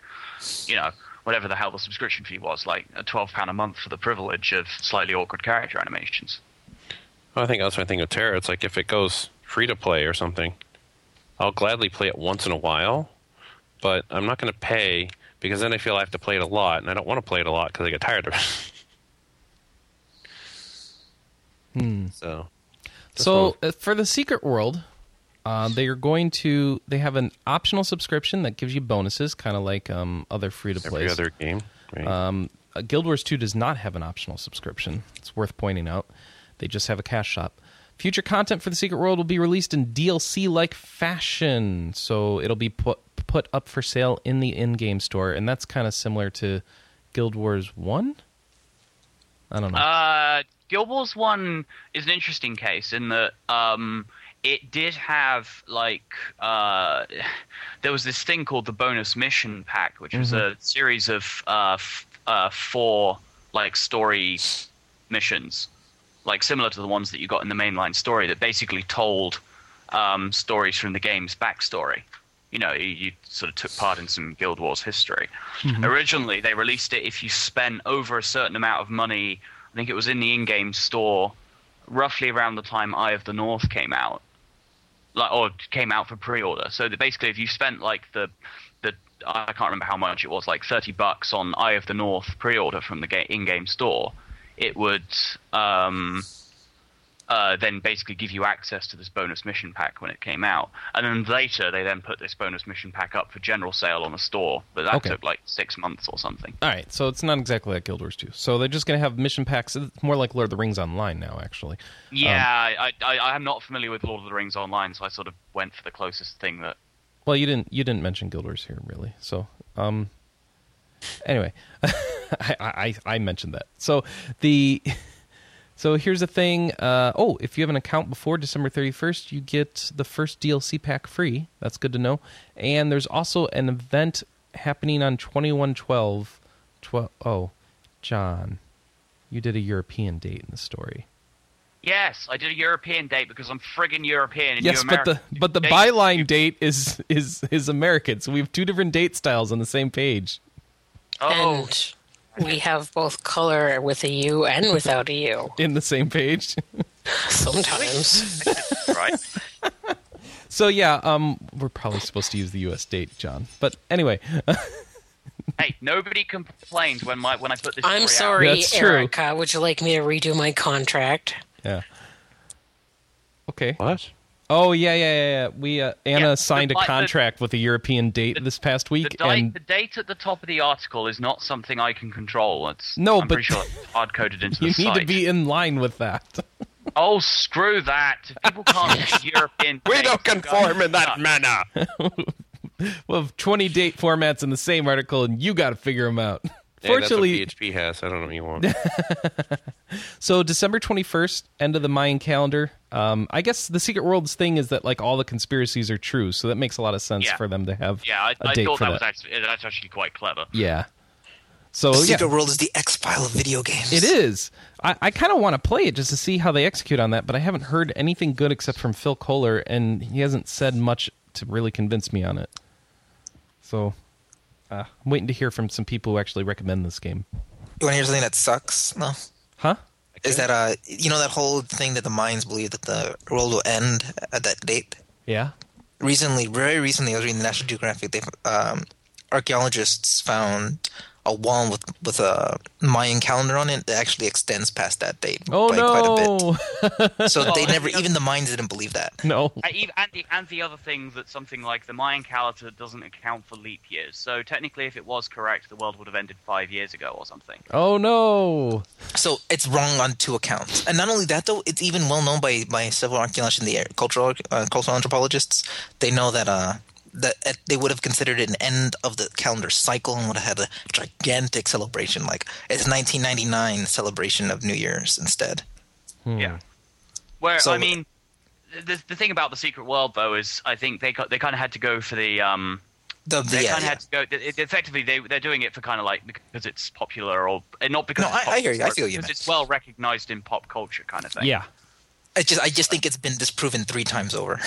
you know, whatever the hell the subscription fee was, like a twelve pound a month for the privilege of slightly awkward character animations. Well, I think that's my thing with Terra. It's like if it goes free to play or something, I'll gladly play it once in a while, but I'm not going to pay because then I feel I have to play it a lot, and I don't want to play it a lot because I get tired (laughs) of it. Hmm. So, So uh, for the Secret World, uh, they are going to they have an optional subscription that gives you bonuses, kind of like um, other free to every play. other game. Right? Um, uh, Guild Wars 2 does not have an optional subscription. It's worth pointing out. They just have a cash shop. Future content for the Secret World will be released in DLC like fashion. So it'll be put, put up for sale in the in game store. And that's kind of similar to Guild Wars 1? I don't know. Uh, Guild Wars One is an interesting case in that um, it did have like uh, there was this thing called the bonus mission pack, which was a series of uh, f- uh, four like story missions, like similar to the ones that you got in the mainline story, that basically told um, stories from the game's backstory. You know, you, you sort of took part in some Guild Wars history. Originally, they released it if you spent over a certain amount of money. I think it was in the in-game store, roughly around the time Eye of the North came out, like or came out for pre-order. So that basically, if you spent like the the I can't remember how much it was, like thirty bucks on Eye of the North pre-order from the ga- in-game store, it would um, uh, then basically give you access to this bonus mission pack when it came out. And then later, they then put this bonus mission pack up for general sale on the store, but that Okay. took like six months or something. All right, so it's not exactly like Guild Wars 2. So they're just going to have mission packs. It's more like Lord of the Rings Online now, actually. Yeah, I I, I, I'm not familiar with Lord of the Rings online, so I sort of went for the closest thing that. Well, you didn't you didn't mention Guild Wars here really. So, um anyway, (laughs) I, I I mentioned that. So, the (laughs) so here's the thing. Uh, oh, if you have an account before December 31st, you get the first DLC pack free. That's good to know. And there's also an event happening on 2112. 12, oh, John, you did a European date in the story. Yes, I did a European date because I'm friggin' European. And yes, you but the Americans do but the dates. byline date is is is American. So we have two different date styles on the same page. Oh, And we have both color with a U and without a U in the same page. sometimes. right. (laughs) So yeah, um, we're probably supposed to use the U.S. date, John. But anyway, uh, Hey, nobody complained when my when I put this. story I'm out. sorry, That's true. Erica. Would you like me to redo my contract? yeah. Okay. What? Oh yeah, yeah, yeah. yeah. We uh, Anna Yeah, the signed di- a the- contract with a European date this past The, week, di- and the date at the top of the article is not something I can control. It's No, I'm but- pretty sure it's hard coded (laughs) into you the need to site. be in line with that. (laughs) Oh, screw that! (laughs) People can't use European. We dates. don't conform in that Nuts. manner. Well, have 20 date formats in the same article, and you got to figure them out. Hey, that's what Fortunately, PHP has. I don't know what (laughs) you want. So December twenty first, end of the Mayan calendar. Um, I guess the Secret Worlds thing is that like all the conspiracies are true, so that makes a lot of sense Yeah. for them to have Yeah, I, a I date thought for that that. was actually that's actually quite clever. yeah. So The yeah, Secret World is the X file of video games. it is. I, I kind of want to play it just to see how they execute on that, but I haven't heard anything good except from Phil Kohler, and he hasn't said much to really convince me on it. So uh, I'm waiting to hear from some people who actually recommend this game. You want to hear something that sucks? No. Huh? Is that uh, you know that whole thing that the Mayans believe that the world will end at that date? Yeah. recently, very recently, I was reading the National Geographic. They um, archaeologists found a wall with with a Mayan calendar on it that actually extends past that date Oh by quite no. a bit. So they Oh, never, yeah. even the Mayans didn't believe that. no. (laughs) And ev- and the, and the other thing that something like the Mayan calendar doesn't account for leap years. So technically, if it was correct, the world would have ended five years ago or something. Oh no. So it's wrong on two accounts. And not only that, though, it's even well known by, by several archaeologists and the ar- cultural uh, cultural anthropologists. They know that uh, that uh, they would have considered it an end of the calendar cycle and would have had a gigantic celebration, like it's 1999 celebration of New Year's instead. Yeah. Where So- I mean, the the thing about the secret world though is I think they got, they kind of had to go for the um The, the, they yeah, kind of yeah. had to go. It, effectively, they they're doing it for kind of like because it's popular or and not because No, it's I- I popular, hear you. I feel you, because man. it's well recognized in pop culture kind of thing. Yeah. I just I just think it's been disproven three times over.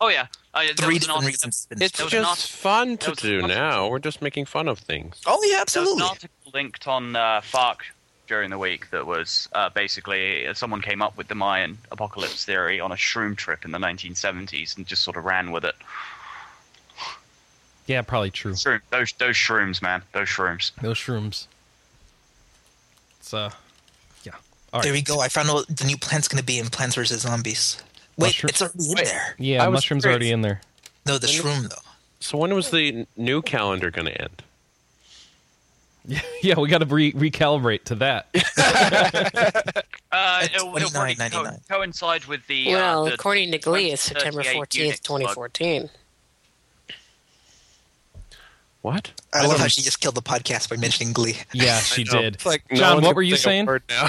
Oh yeah. I, (laughs) there three was an different article- reasons. it's been It's That was just not- fun to that was do not- now. We're just making fun of things. oh yeah, There was an absolutely. article linked on uh, FARC during the week that was uh, basically uh, someone came up with the Mayan apocalypse theory on a shroom trip in the 1970s and just sort of ran with it. Yeah, probably true. Shroom, those those shrooms, man, those shrooms. Those shrooms. It's uh, yeah. All There right. we go. I found out what the new plant's going to be in Plants vs Zombies. Wait, Mushroom- it's already in there. Yeah, I was mushrooms curious. already in there. No, the shroom though. So when was the n- new calendar going to end? Yeah, we got to re- recalibrate to that. Uh, At it'll, it'll probably co- 29.99. coincide with the. well, uh, the, according to Glee, it's 38 September units fourteenth, twenty plug. fourteen. What? I, love how she just killed the podcast by mentioning Glee. (laughs) Yeah, she No, did. it's like no John, one what can were you say a saying? word now.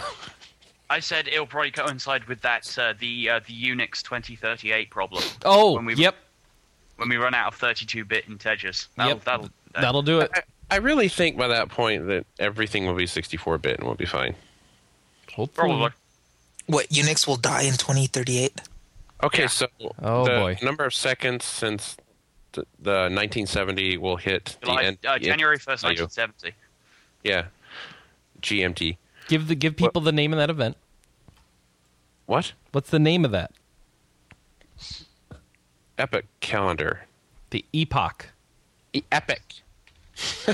I said it'll probably coincide with that uh, the uh, the Unix 2038 problem. Oh, when we- yep, When we run out of 32-bit integers, that'll Yep. that'll, uh, that'll do (laughs) it. I, I really think by that point that everything will be 64 bit and we'll be fine. Hopefully. probably. What Unix will die in 2038? Okay, Yeah. so Oh, the boy. number of seconds since the, the 1970 will hit July, the end, uh, January 1st, value. 1970. Yeah, GMT. Give the give people the name of that event. What? What's the name of that? Epic calendar. The epoch. E, epic. (laughs)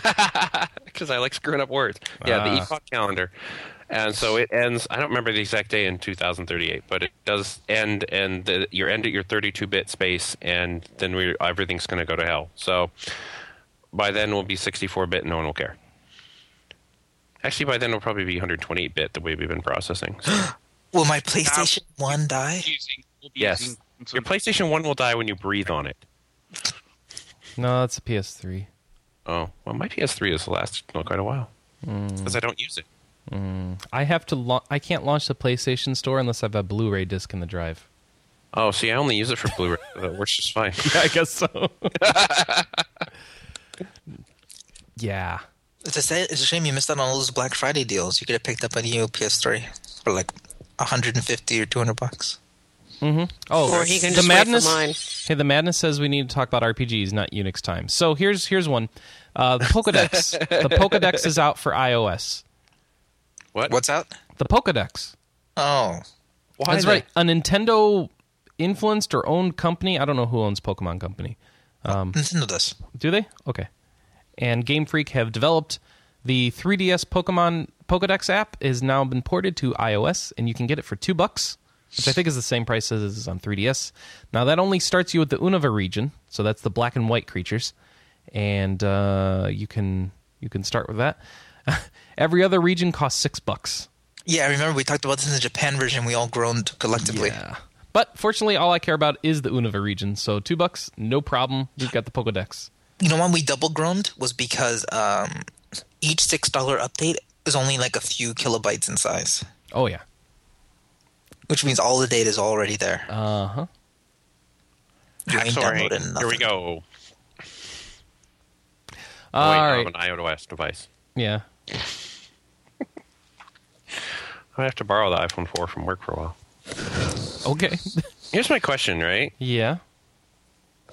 Because I like screwing up words. Yeah, the Ah. epoch calendar. And so it ends. I don't remember the exact day in 2038, but it does end, and the, you're end at your 32-bit space, and then we everything's going to go to hell. So by then we'll be 64-bit, and no one will care. Actually, by then we'll probably be 128-bit the way we've been processing. So, Will my PlayStation One die? Using, we'll be yes, using some- your PlayStation One will die when you breathe on it. No, that's a PS3. Oh, well, my PS3 has lasted quite a while because I don't use it. I have to. La- I can't launch the PlayStation Store unless I have a Blu-ray disc in the drive. Oh, see, I only use it for Blu-ray. (laughs) that works just (laughs) fine. (laughs) I guess so. (laughs) yeah. It's a, sa- it's a shame you missed out on all those Black Friday deals. You could have picked up a new PS3 for like 150 or 200 bucks. Oh, Or he can the just wait for madness. mine. Hey, the madness says we need to talk about RPGs, not Unix time. So here's here's one. Uh, the (laughs) Pokedex. the Pokedex is out for iOS. What? What's out? The Pokedex. Oh, Why That's the- right. A Nintendo influenced or owned company. I don't know who owns Pokemon Company. Nintendo does. Do they? Okay. And Game Freak have developed the 3DS Pokemon Pokedex app is now been ported to iOS, and you can get it for two bucks, which I think is the same price as it is on 3DS. Now that only starts you with the Unova region, so that's the black and white creatures, and uh, you can you can start with that. (laughs) Every other region costs six bucks. Yeah, I remember we talked about this in the Japan version. We all groaned collectively. Yeah. But fortunately, all I care about is the Unova region, so two bucks, no problem. We've got the Pokedex. You know, when we double groaned was because um, each six dollar update is only like a few kilobytes in size, Oh yeah. which means all the data is already there. Uh huh. You ain't Sorry. downloaded nothing. Here we go. All Wait, I'm right. an iOS device. Yeah. I have to borrow the iPhone 4 from work for a while. Okay. Here's my question, right? yeah.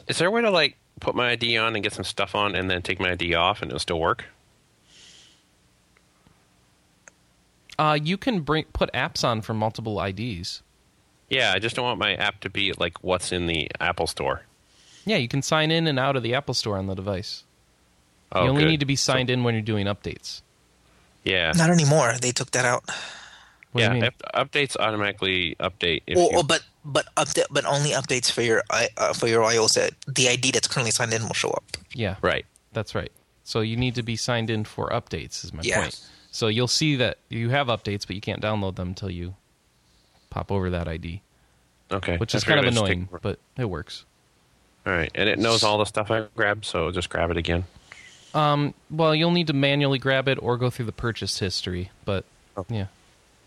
Is there a way to like put my ID on and get some stuff on and then take my ID off and it'll still work? Uh, you can bring put apps on for multiple IDs. Yeah, I just don't want my app to be like what's in the Apple Store. Yeah, you can sign in and out of the Apple Store on the device. Oh, you only good. need to be signed in when you're doing updates. Yeah. Not anymore. They took that out. What yeah, do you mean? up- updates automatically update. If Well, you- well, but but update, but only updates for your i- uh, for your iOS. uh, The ID that's currently signed in will show up. yeah, right. that's right. So you need to be signed in for updates. Is my Yeah. point. So you'll see that you have updates, but you can't download them until you pop over that ID, Okay. which I is kind of figured I'd just annoying, take- but it works. All right. And it knows all the stuff I grabbed, so just grab it again. Well, you'll need to manually grab it or go through the purchase history, but Oh. yeah.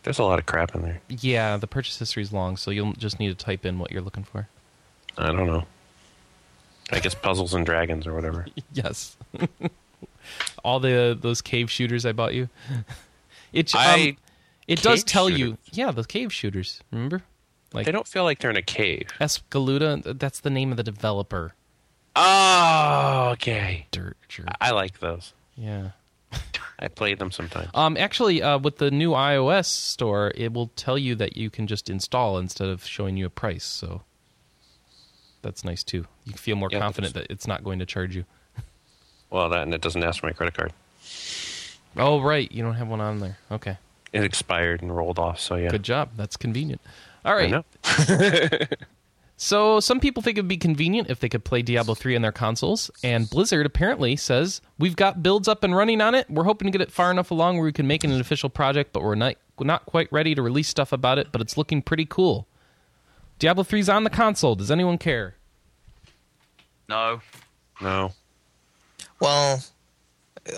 There's a lot of crap in there. Yeah, the purchase history is long, so you'll just need to type in what you're looking for. I don't know. I guess puzzles and dragons or (laughs) whatever. Yes. (laughs) All the those cave shooters I bought you. (laughs) It um, I- it does cave tell you. shooters? Yeah, the cave shooters. Remember? Like They don't feel like they're in a cave. Escaluda, that's the name of the developer. Oh, okay. Dirt jerk. I like those. Yeah. I played them sometimes. Um actually uh with the new iOS store, it will tell you that you can just install instead of showing you a price, so that's nice too. You can feel more Yeah, confident that it's not going to charge you. Well, that and it doesn't ask for my credit card. Oh right, you don't have one on there. Okay. It expired and rolled off. So yeah. Good job. That's convenient. All I right. know. So some people think it'd be convenient if they could play Diablo 3 on their consoles, and Blizzard apparently says we've got builds up and running on it. We're hoping to get it far enough along where we can make it an official project, but we're not we're not quite ready to release stuff about it. But it's looking pretty cool. Diablo 3's on the console. Does anyone care? No. No. Well,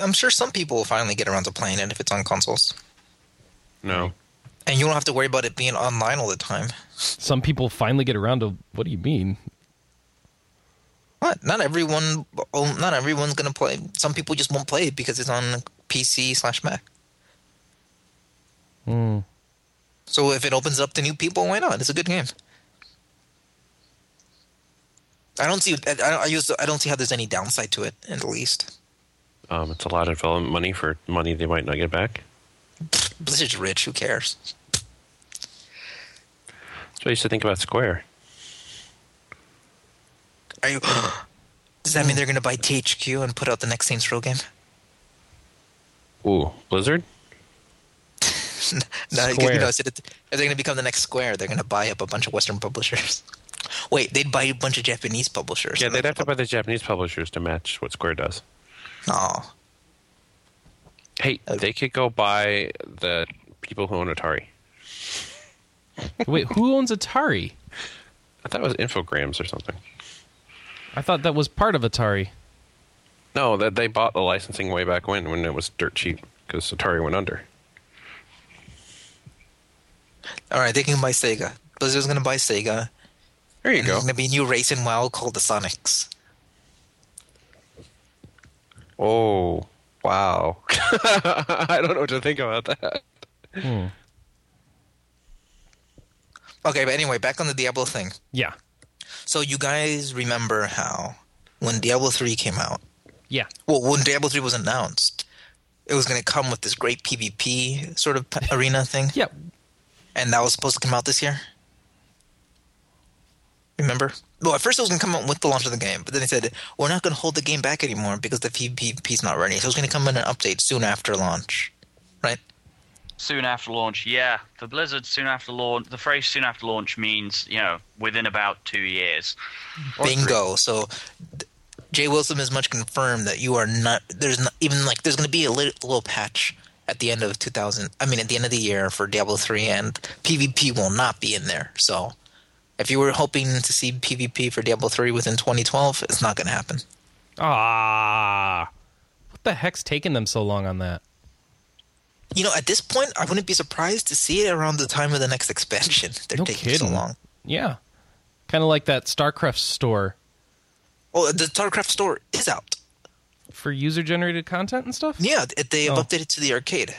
I'm sure some people will finally get around to playing it if it's on consoles, No. and you don't have to worry about it being online all the time. Some people finally get around to what do you mean? What? Not everyone. oh, Not everyone's gonna play. Some people just won't play it because it's on PC slash Mac. So if it opens up to new people, why not? It's a good game. I don't see. I, I, I use. I don't see how there's any downside to it, at least. Um, it's a lot of development money for money they might not get back. Blizzard's rich. Who cares? That's what I used to think about Square. Are you? (gasps) Does that mean they're gonna buy THQ and put out the next Saints Row game? Ooh, Blizzard. No, you Square. know, so that- they're going to become the next Square. They're going to buy up a bunch of Western publishers. (laughs) Wait, they'd buy a bunch of Japanese publishers. Yeah, they'd have to buy the Japanese publishers to match what Square does. No, Hey, they could go buy the people who own Atari. Wait, who owns Atari? I thought it was Infogrames or something. I thought that was part of Atari. No, that they bought the licensing way back when when it was dirt cheap because Atari went under. all right, they can buy Sega. Blizzard's going to buy Sega. There you And (laughs) go. There's going to be a new race in WoW called the Sonics. Oh, wow. (laughs) I don't know what to think about that. Okay, but anyway, back on the Diablo thing. Yeah. So you guys remember how when Diablo three came out, Yeah. well, when Diablo three was announced, it was going to come with this great PvP sort of arena thing, Yeah. and that was supposed to come out this year. Remember? Well, at first it was going to come out with the launch of the game, but then they said we're not going to hold the game back anymore because the PvP's not ready. So it's going to come in an update soon after launch, right? soon after launch. Yeah, for Blizzard, soon after launch. The phrase "soon after launch" means you know within about two years. Or three. Bingo. So th- Jay Wilson is much confirmed that you are not. There's not even like there's going to be a lit- little patch at the end of 2000. I mean, at the end of the year for Diablo 3, and PvP will not be in there. So if you were hoping to see PvP for Diablo 3 within 2012, it's not going to happen. Ah, what the heck's taking them so long on that? You know, at this point, I wouldn't be surprised to see it around the time of the next expansion. They're No taking so kidding. long. Yeah, kind of like that StarCraft store Oh, the StarCraft store is out. for user-generated content and stuff. Yeah, th- they have Oh. updated to the arcade.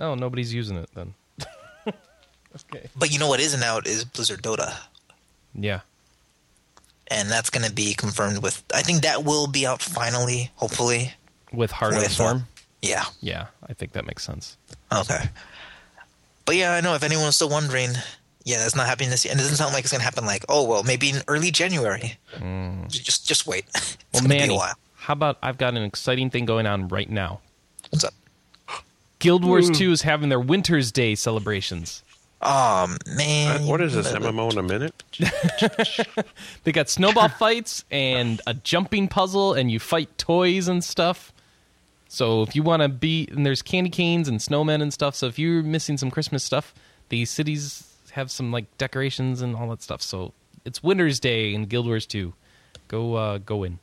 Oh, nobody's using it then. (laughs) okay. But you know what isn't out is Blizzard Dota. Yeah. and that's going to be confirmed with. I think that will be out finally, hopefully. With Heart of the With, uh, Storm. Yeah. Yeah, I think that makes sense. Okay. But yeah, I know if anyone's still wondering, yeah, that's not happening this year, and it doesn't sound like it's going to happen. Like, oh well, maybe in early January. J- Just, just wait. (laughs) It's Hmm. Well, gonna Manny, be a while. how about I've got an exciting thing going on right now. What's up? Guild Wars 2 is having their Winter's Day celebrations. Um, man, Uh, what is this MMO in a minute? They got snowball fights and a jumping puzzle, and you fight toys and stuff. So if you want to be, and there's candy canes and snowmen and stuff. So if you're missing some Christmas stuff, the cities have some like decorations and all that stuff. So it's Winter's Day in Guild Wars 2. Go, uh, go in.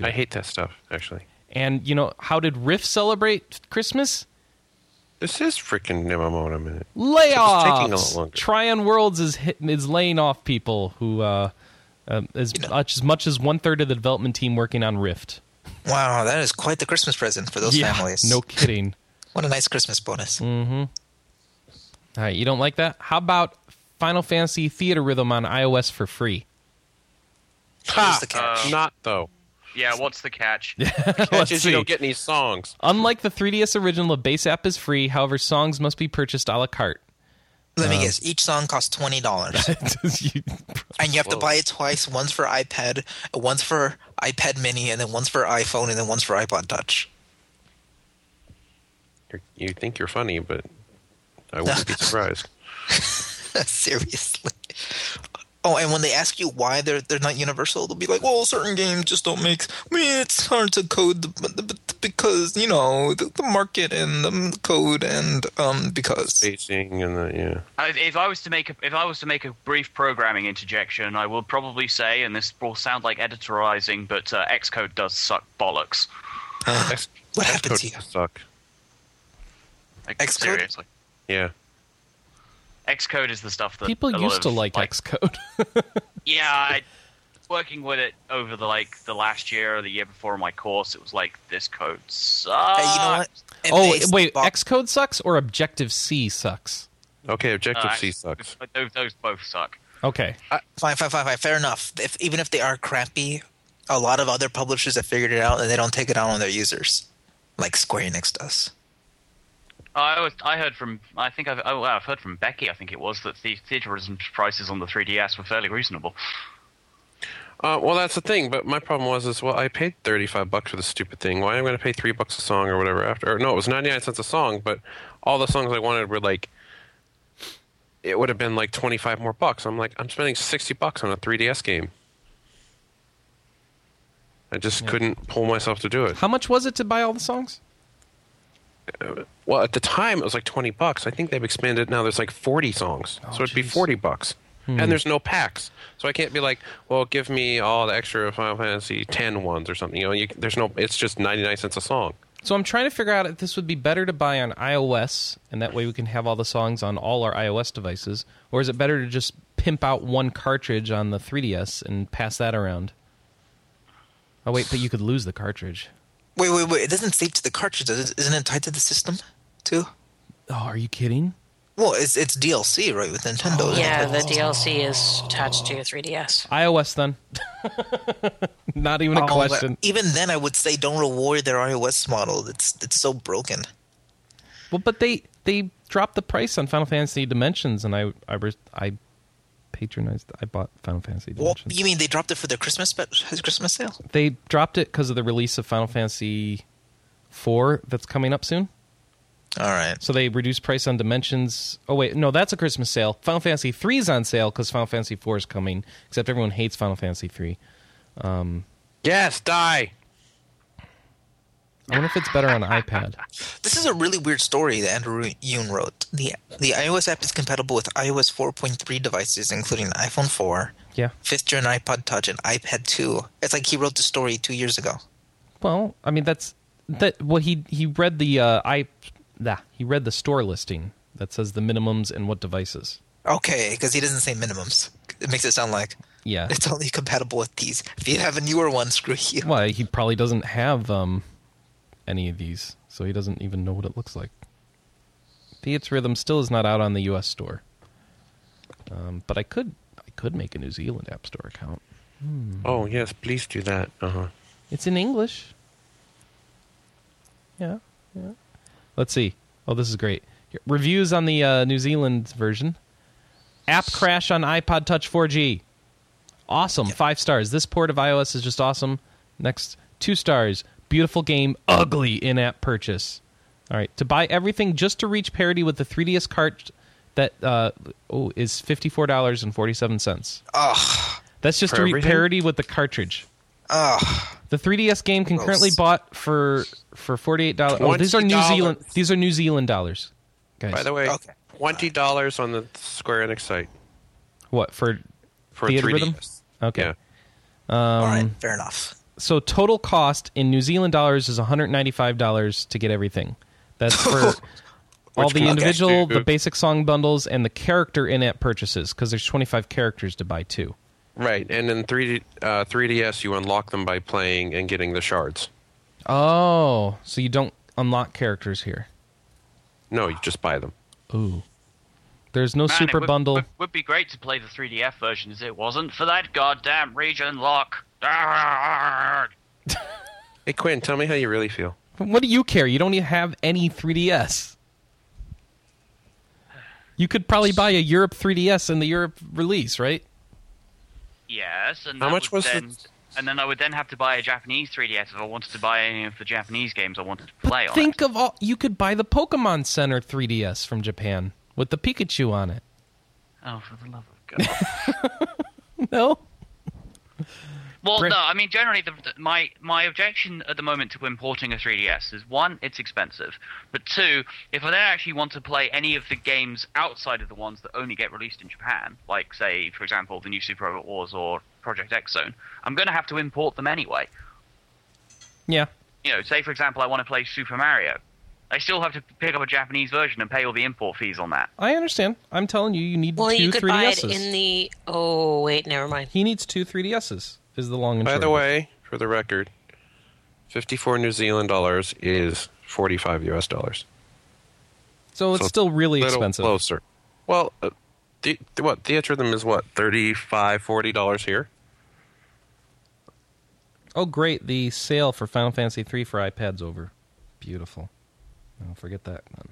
I hate that stuff. Actually, And you know how did Rift celebrate Christmas? this is freaking MMO in a minute. layoffs. taking a lot longer. Tryon Worlds is hit, is laying off people who uh, um, as much as much as one third of the development team working on Rift. wow, that is quite the Christmas present for those families. no Mm. kidding. what a nice Christmas (laughs) bonus. All right, you don't like that? How about Final Fantasy Theater Rhythm on iOS for free? Here's the catch. Uh, Not (laughs) though. Yeah, what's the catch? Let's Catch is see. you don't get any songs. Unlike the 3DS original, the base app is free. However, songs must be purchased a la carte. Um, Let me guess. Each song costs (laughs) twenty dollars, You- and you have to buy it twice: once for iPad, once for iPad Mini, and then once for iPhone, and then once for iPod Touch. (laughs) You're, you think you're funny, but I (laughs) wouldn't be surprised. Seriously. Oh, and when they ask you why they're they're not universal, they'll be like, "Well, certain games just don't make. I mean, it's hard to code the, but the, but because you know the, the market and the code and um because." Spacing and the yeah. I- if I was to make a, if I was to make a brief programming interjection, I would probably say, and this will sound like editorizing, but uh, Xcode does suck bollocks. X- What happened Xcode to you? Suck. Like, Xcode? Seriously, Yeah. Xcode is the stuff that a People lot used of, to like Xcode. Yeah, I, working with it over the like the last year or the year before my course, it was like this code sucks. Hey, you know what? If oh, they wait, stop- Xcode sucks or Objective C sucks? Okay. Objective Uh, C sucks. but Those, those both suck. Okay. Fine, fine, fine, fine. Fair enough. If even if they are crappy, a lot of other publishers have figured it out and they don't take it out on their users, like Square Enix does. I was, I heard from I think I've oh, wow, I've heard from Becky I think it was that the theaterism prices on the 3DS were fairly reasonable. Uh, well, that's the thing. But my problem was is well, I paid thirty five bucks for this stupid thing. Why am I going to pay three bucks a song or whatever after? Or no, it was ninety nine cents a song, but all the songs I wanted were like. It would have been like twenty five more bucks. I'm like, I'm spending sixty bucks on a 3DS game. I just couldn't pull myself to do it. How much was it to buy all the songs? Well, at the time it was like twenty bucks. I think they've expanded now. There's like forty songs, so it'd be Oh, jeez. Hmm. forty bucks. And there's no packs, so I can't be like, well, give me all the extra Final Fantasy X ones or something. You know, you, there's no. It's just ninety nine cents a song. So I'm trying to figure out if this would be better to buy on iOS, and that way we can have all the songs on all our iOS devices, or is it better to just pimp out one cartridge on the 3DS and pass that around? Oh wait, but you could lose the cartridridge. Wait, wait, wait. It doesn't save to the cartridge, does it? Isn't it tied to the system, too? Oh, are you kidding? Well, it's it's DLC, right, with Nintendo. Oh, isn't it? Yeah, the DLC is attached to your 3DS. iOS then. (laughs) Not even a Oh, but question. Even then, I would say don't reward their iOS model. It's it's so broken. Well, but they they dropped the price on Final Fantasy Dimensions, and I I was I patronized. I bought Final Fantasy Well, Dimensions. you mean they dropped it for their Christmas spe- his Christmas sale? they dropped it because of the release of Final Fantasy IV that's coming up soon. All right. So they reduced price on Dimensions. Oh wait, no, that's a Christmas sale. Final Fantasy III is on sale because Final Fantasy IV is coming. Except everyone hates Final Fantasy III. Yes, die. I wonder if it's better on iPad. This is a really weird story that Andrew Yoon wrote. The the iOS app is compatible with iOS 4.3 devices, including the iPhone 4, Yeah. fifth gen iPod Touch, and iPad 2. It's like he wrote the story two years ago. Well, I mean that's that. Well, he he read the uh, i that he read the store listing that says the minimums and what devices. Okay, because he doesn't say minimums. It makes it sound like Yeah. it's only compatible with these. If you have a newer one, screw (laughs) you. Well, he probably doesn't have um, any of these, so he doesn't even know what it looks like. Theater Rhythm still is not out on the U.S. store, um, but I could I could make a New Zealand App Store account. Oh yes, please do that. Uh huh. It's in English. Yeah, yeah. Let's see. Oh, this is great. Here- Reviews on the uh, New Zealand version. App crash on iPod Touch 4G. Awesome. Five stars. This port of iOS is just awesome. Next, two stars. Beautiful game. Ugly in app purchase. All right. To buy everything just to reach parity with the 3DS cart that uh, oh, is $54.47. Ugh. That's just For to reach everything? parity with the cartridge. Ugh. The 3DS game can Gross. currently bought for for forty eight dollars. Oh, these are New $20. Zealand. These are New Zealand dollars, guys. By the way, Okay. twenty dollars on the Square Enix site what for? for Theater 3 Rhythm? Okay. Yeah. All right, fair enough. So total cost in New Zealand dollars is one hundred ninety five dollars to get everything. That's (laughs) for all Which the comes individual, to- the basic song bundles, and the character in app purchases because there's twenty five characters to buy too. Right, and in 3D, uh, 3DS, you unlock them by playing and getting the shards. Oh, so you don't unlock characters here. No, you just buy them. Ooh, there's no Man, it super would, bundle. Would, would be great to play the 3DF version if it wasn't for that goddamn region lock. Arrgh. Hey Quinn, tell me how you really feel. What do you care? You don't even have any 3DS. You could probably buy a Europe 3DS in the Europe release, right? Yes, and How that much would was the- then, And then I would then have to buy a Japanese 3DS if I wanted to buy any of the Japanese games I wanted to play on. Think of all you could buy the Pokemon Center 3DS from Japan with the Pikachu on it. it. Oh, for the love of God! No. well, Brit- no, I mean generally, the, the- my my objection at the moment to importing a 3DS is one, it's expensive, but two, if I then actually want to play any of the games outside of the ones that only get released in Japan, like say, for example, the new Super Robot Wars or Project X Zone, I'm going to have to import them anyway. Yeah. you know, say for example, I want to play Super Mario. I still have to pick up a Japanese version and pay all the import fees on that. I understand. I'm telling you you need Well, two you could buy it 3DSs. in the. Oh wait, never mind. he needs two 3DSs is the long and By short the of it. way, for the record, 54 New Zealand dollars is 45 US dollars. So it's So still really Little expensive. Closer. Well, uh, the, what Theatrhythm is what 35 40 dollars here. Oh great, the sale for Final Fantasy 3 for iPads over. Beautiful. Oh, forget that. then.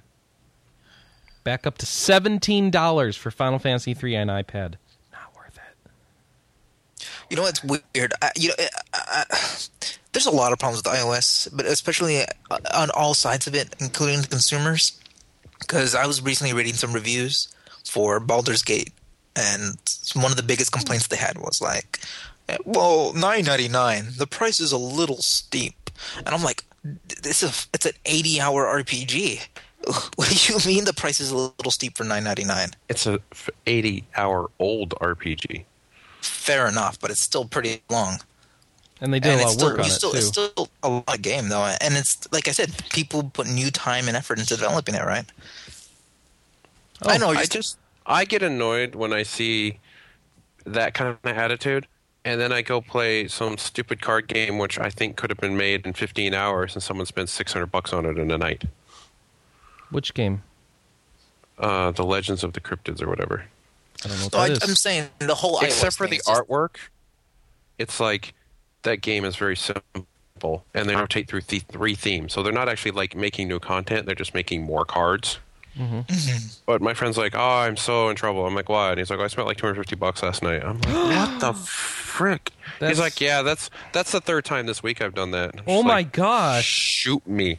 Back up to seventeen dollars for Final Fantasy three on iPad. Not worth it. You know what's weird? I, you know, I, I, there's a lot of problems with iOS, but especially uh, on all sides of it, including the consumers. Because I was recently reading some reviews for Baldur's Gate, and one of the biggest complaints they had was like, eh, "Well, nine ninety nine, the price is a little steep," and I'm like, "This is a, it's an eighty hour RPG." (laughs) What do you mean the price is a little steep for nine ninety nine? It's a f- 80 hour old RPG. Fair enough, but it's still pretty long. And they did a it's lot of still, work on you it still, too. It's still a lot of game though, and it's like I said, people put new time and effort into developing it, right? Oh, I know. I you're- just I get annoyed when I see that kind of attitude, and then I go play some stupid card game which I think could have been made in 15 hours, and someone spends 600 bucks on it in a night. Which game? Uh, the Legends of the Cryptids or whatever. I don't know what no, I, that is. I'm saying the whole Except iOS for thing the is just- artwork, it's like that game is very simple, and they rotate through th- three themes, so they're not actually like making new content; they're just making more cards. Mm-hmm. But my friend's like, "Oh, I'm so in trouble." I'm like, "Why?" And he's like, "Well, "I spent like 250 bucks last night." I'm like, "What the frick?" That's- He's like, "Yeah, that's that's the third time this week I've done that." I'm Oh just my like, gosh. Shoot me.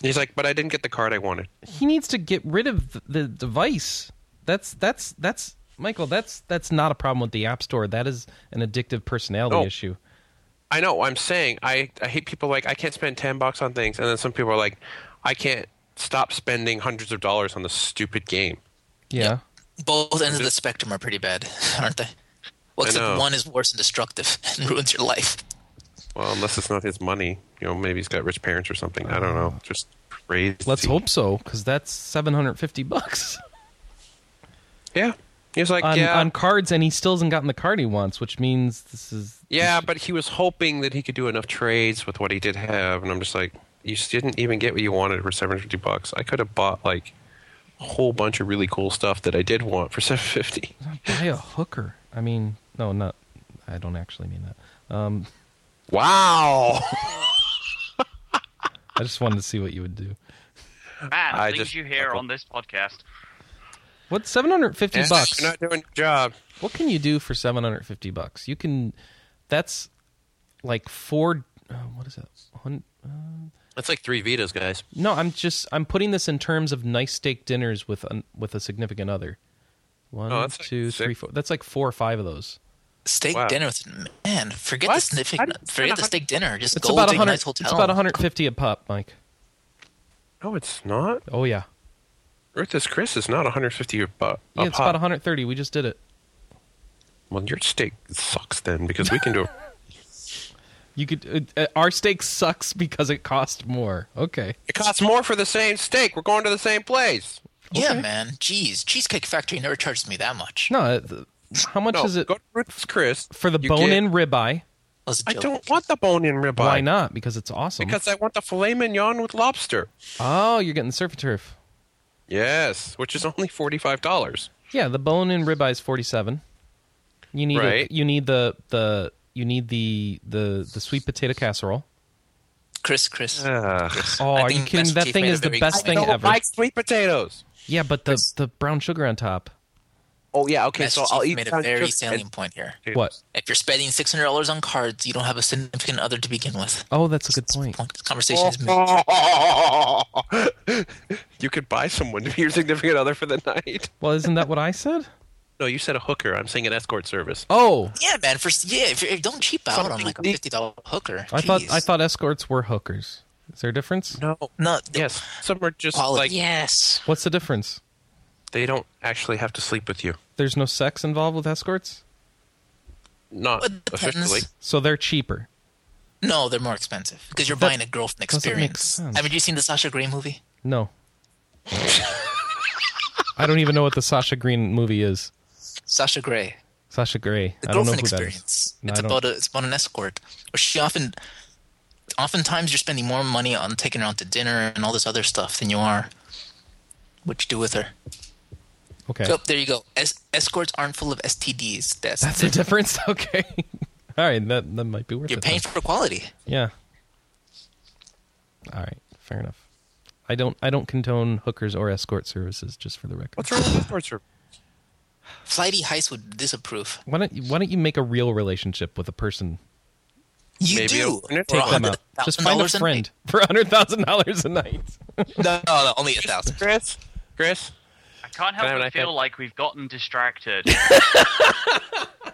He's like, "But I didn't get the card I wanted." He needs to get rid of the, the device. That's that's that's Michael. That's that's not a problem with the App Store. That is an addictive personality Oh. No. issue. I know. I'm saying I, I hate people like I can't spend ten bucks on things, and then some people are like, I can't stop spending hundreds of dollars on this stupid game. Yeah. Both ends of the spectrum are pretty bad, (laughs) aren't they? Well, I know. except one is worse and destructive (laughs) and ruins your life. Well, unless it's not his money, you know, maybe he's got rich parents or something. I don't know. Just crazy. Let's hope so, because that's seven hundred fifty bucks (laughs) Yeah. He was like, on, yeah, on cards, and he still hasn't gotten the card he wants, which means this is yeah, but he was hoping that he could do enough trades with what he did have, and I'm just like, you just didn't even get what you wanted for 750 bucks. I could have bought like a whole bunch of really cool stuff that I did want for 750. buy a hooker. I mean, no, not. I don't actually mean that. Um, Wow. I just wanted to see what you would do. Man, Uh, I things just- you hear on this podcast. What seven hundred fifty (laughs) bucks? You're not doing your job. What can you do for seven hundred fifty bucks? You can. That's like four. Uh, what is that? Hun- That's like three Vitas, guys. No, I'm just I'm putting this in terms of nice steak dinners with an, with a significant other. One, two, three, four. Oh, That's that's like six. like four or five of those. Steak Wow. dinner, with, man. Forget the What? I sniffing. didn't spend Forget a the steak dinner. Just It's go about to a hundred. nice hotel. It's about 150 a pop, Mike. No, it's not. Oh yeah, Earth's Chris is not 150 a pop. yeah. a It's pop. about 130. We just did it. Well, your steak sucks then because we can do it. You could. Uh, uh, our steak sucks because it cost more. Okay. (laughs) It costs more for the same steak. We're going to the same place. Yeah, Okay. man. Jeez, Cheesecake Factory never charges me that much. No. uh, th- How much No, is it go to Ruth's Chris for the You bone get- in ribeye? That was a I joke. don't want the bone-in ribeye. Why not? Because it's awesome. Because I want the filet mignon with lobster. oh, you're getting surf and turf. Yes, which is only forty-five dollars. Yeah, the bone in ribeye is 47. You need a- Right. you need the the you need the the the sweet potato casserole. Chris, Chris. Oh, I are think you kidding? Master That Chief thing made a is the very best good thing point. ever. like sweet potatoes. Yeah, but the the brown sugar on top. Oh yeah, okay. (laughs) Master so I'll Chief eat made a brown very sugar salient and- point here. What? If you're spending six hundred dollars on cards, you don't have a significant other to begin with. Oh, that's a good point. This conversation is made. you could buy someone to be your significant other for the night. Well, isn't that what I said? (laughs) No, you said a hooker. I'm saying an escort service. Oh, Yeah, man. For yeah, if you don't cheap out on Something like a neat. fifty dollar hooker. I thought Jeez. I thought escorts were hookers. Is there a difference? No. no. Yes, some are just Quality. like Yes. What's the difference? they don't actually have to sleep with you. There's no sex involved with escorts, Not It depends. officially. so they're cheaper. No, they're more expensive because you're That buying a girlfriend doesn't make experience. sense. Haven't you seen the Sasha Grey movie? No. I don't even know what the Sasha Green movie is. Sasha Grey, Sasha Grey. the I don't know girlfriend who that is. experience. No, it's I don't- about a, it's about an escort. Where she often, oftentimes, you're spending more money on taking her out to dinner and all this other stuff than you are what you do with her. Okay. So there you go. Es- escorts aren't full of STDs. (laughs) That's, That's the difference. (laughs) Okay. All right. That that might be worth you're it. then. paying for quality. Yeah. All right. Fair enough. I don't. I don't condone hookers or escort services. Just for the record. What's wrong with escort service? Flighty Heist would disapprove. Why don't you, Why don't you make a real relationship with a person? You Maybe a- do. For Take them Come Hundred out. Just find a $100,000 night. friend for hundred thousand dollars a night. No, Oh, no, no, only a thousand. Chris, Chris, I can't Can I help have an but feel iPad? like we've gotten (laughs) distracted.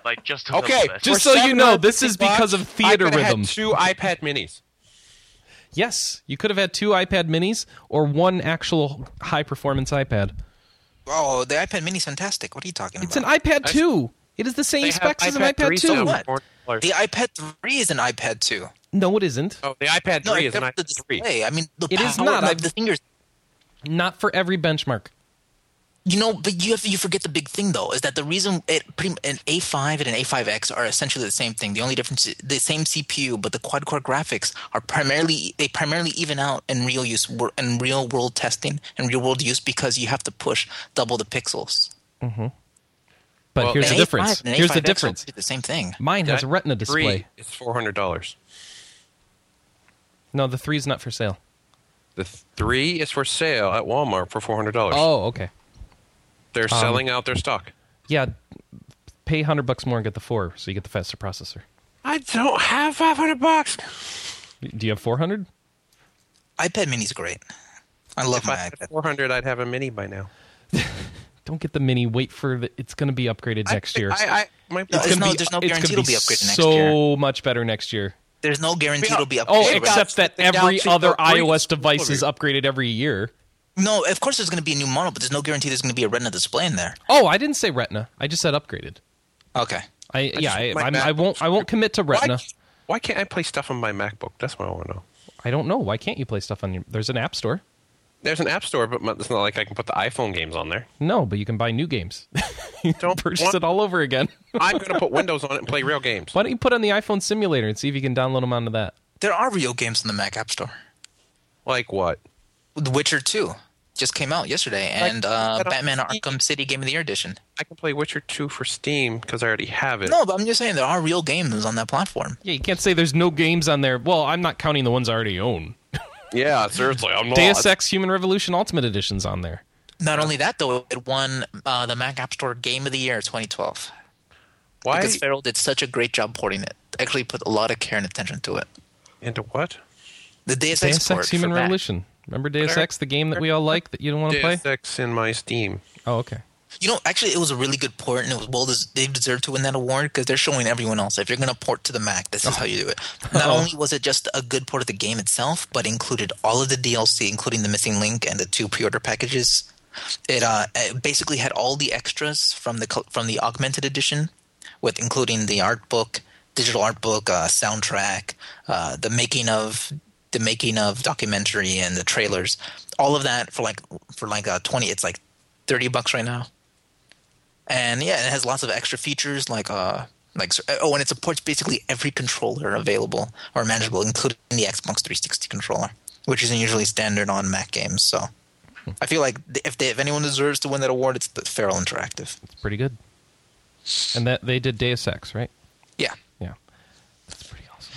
like just a Okay, little bit. just For so you know, 750 this is because of bucks, theater I could've had rhythm. two iPad Minis. Yes, you could have had two iPad Minis or one actual high performance iPad. Oh, the iPad Mini is fantastic. What are you talking It's an about? iPad two. It is the same They have specs as an iPad iPad 3s now. two. What? $4. the iPad 3 is an iPad 2. No, it isn't. Oh, the iPad No, 3 is an except the iPad 3. display. I mean, the It power is not. of I've- the fingers. Not for every benchmark. You know, but you have you forget the big thing though is that the reason it pretty an A5 and an A5X are essentially the same thing. The only difference is the same CPU, but the quad core graphics are primarily they primarily even out in real use wor- in real world testing and real world use because you have to push double the pixels. But Well, here's the An difference. A5 and an Here's the A5X will difference. do The same thing. Mine has a Retina display. It's $400. No, the three's not for sale. The three is for sale at Walmart for four hundred dollars. Oh, okay. They're selling out their stock. Yeah, pay hundred bucks more and get the four, so you get the faster processor. I don't have five hundred bucks. Do you have four hundred? iPad Mini's great. I love If my I had iPad. four hundred, I'd have a mini by now. Don't get the mini. Wait for the. It's going to be upgraded next year. I, I, my, No, It's there's gonna no, be- there's no it's gonna guarantee it'll be upgraded next so year. much better next year. There's no guarantee it'll be upgraded. Oh, right? except that the every Galaxy other Note three iOS is device is cooler. upgraded every year. no, of course there's going to be a new model, but there's no guarantee there's going to be a Retina display in there. Oh, I didn't say Retina. I just said upgraded. Okay. I, yeah, just- I, my I'm, I MacBook's won't. I won't commit to Retina. why, why can't I play stuff on my MacBook? That's what I want to know. I don't know. Why can't you play stuff on your? There's an app store. There's an app store, but my- it's not like I can put the iPhone games on (laughs) there. No, but you can buy new games. (laughs) Don't Purchase want- it all over again. (laughs) I'm going to put Windows on it and play real games. Why don't you put on the iPhone simulator and see if you can download them onto that? There are real games in the Mac App Store. Like what? The Witcher 2 just came out yesterday, and uh, that on Batman Steam. Arkham City Game of the Year edition. I can play Witcher 2 for Steam because I already have it. No, but I'm just saying there are real games on that platform. Yeah, you can't say there's no games on there. Well, I'm not counting the ones I already own. Yeah, seriously, I'm not. Deus Ex Human Revolution Ultimate Edition's on there. Not only that, though, it won uh, the Mac App Store Game of the Year 2012 Why? because Feral did such a great job porting it. Actually, put a lot of care and attention to it. Into what? The Deus, Deus port Ex Human for Mac. Revolution. Remember Deus There- Ex, the game that we all like that you don't want to play? Deus Ex in my Steam. Oh, okay. You know, actually, it was a really good port, and it was well. des- They deserve to win that award because they're showing everyone else if you're going to port to the Mac, this is how you do it. Not only was it just a good port of the game itself, but included all of the DLC, including the missing link and the two pre-order packages. It, uh, it basically had all the extras from the col- from the augmented edition, with including the art book, digital art book, uh, soundtrack, uh, the making of the making of documentary and the trailers. All of that for like for like uh, twenty. It's like thirty bucks right now and yeah, it has lots of extra features like uh like oh, and it supports basically every controller available or manageable, including the Xbox 360 controller, which isn't usually standard on Mac games. So Hmm. I feel like th- if they, if anyone deserves to win that award, it's the Feral Interactive. It's pretty good. And that they did Deus Ex, right? Yeah, Yeah. That's pretty awesome.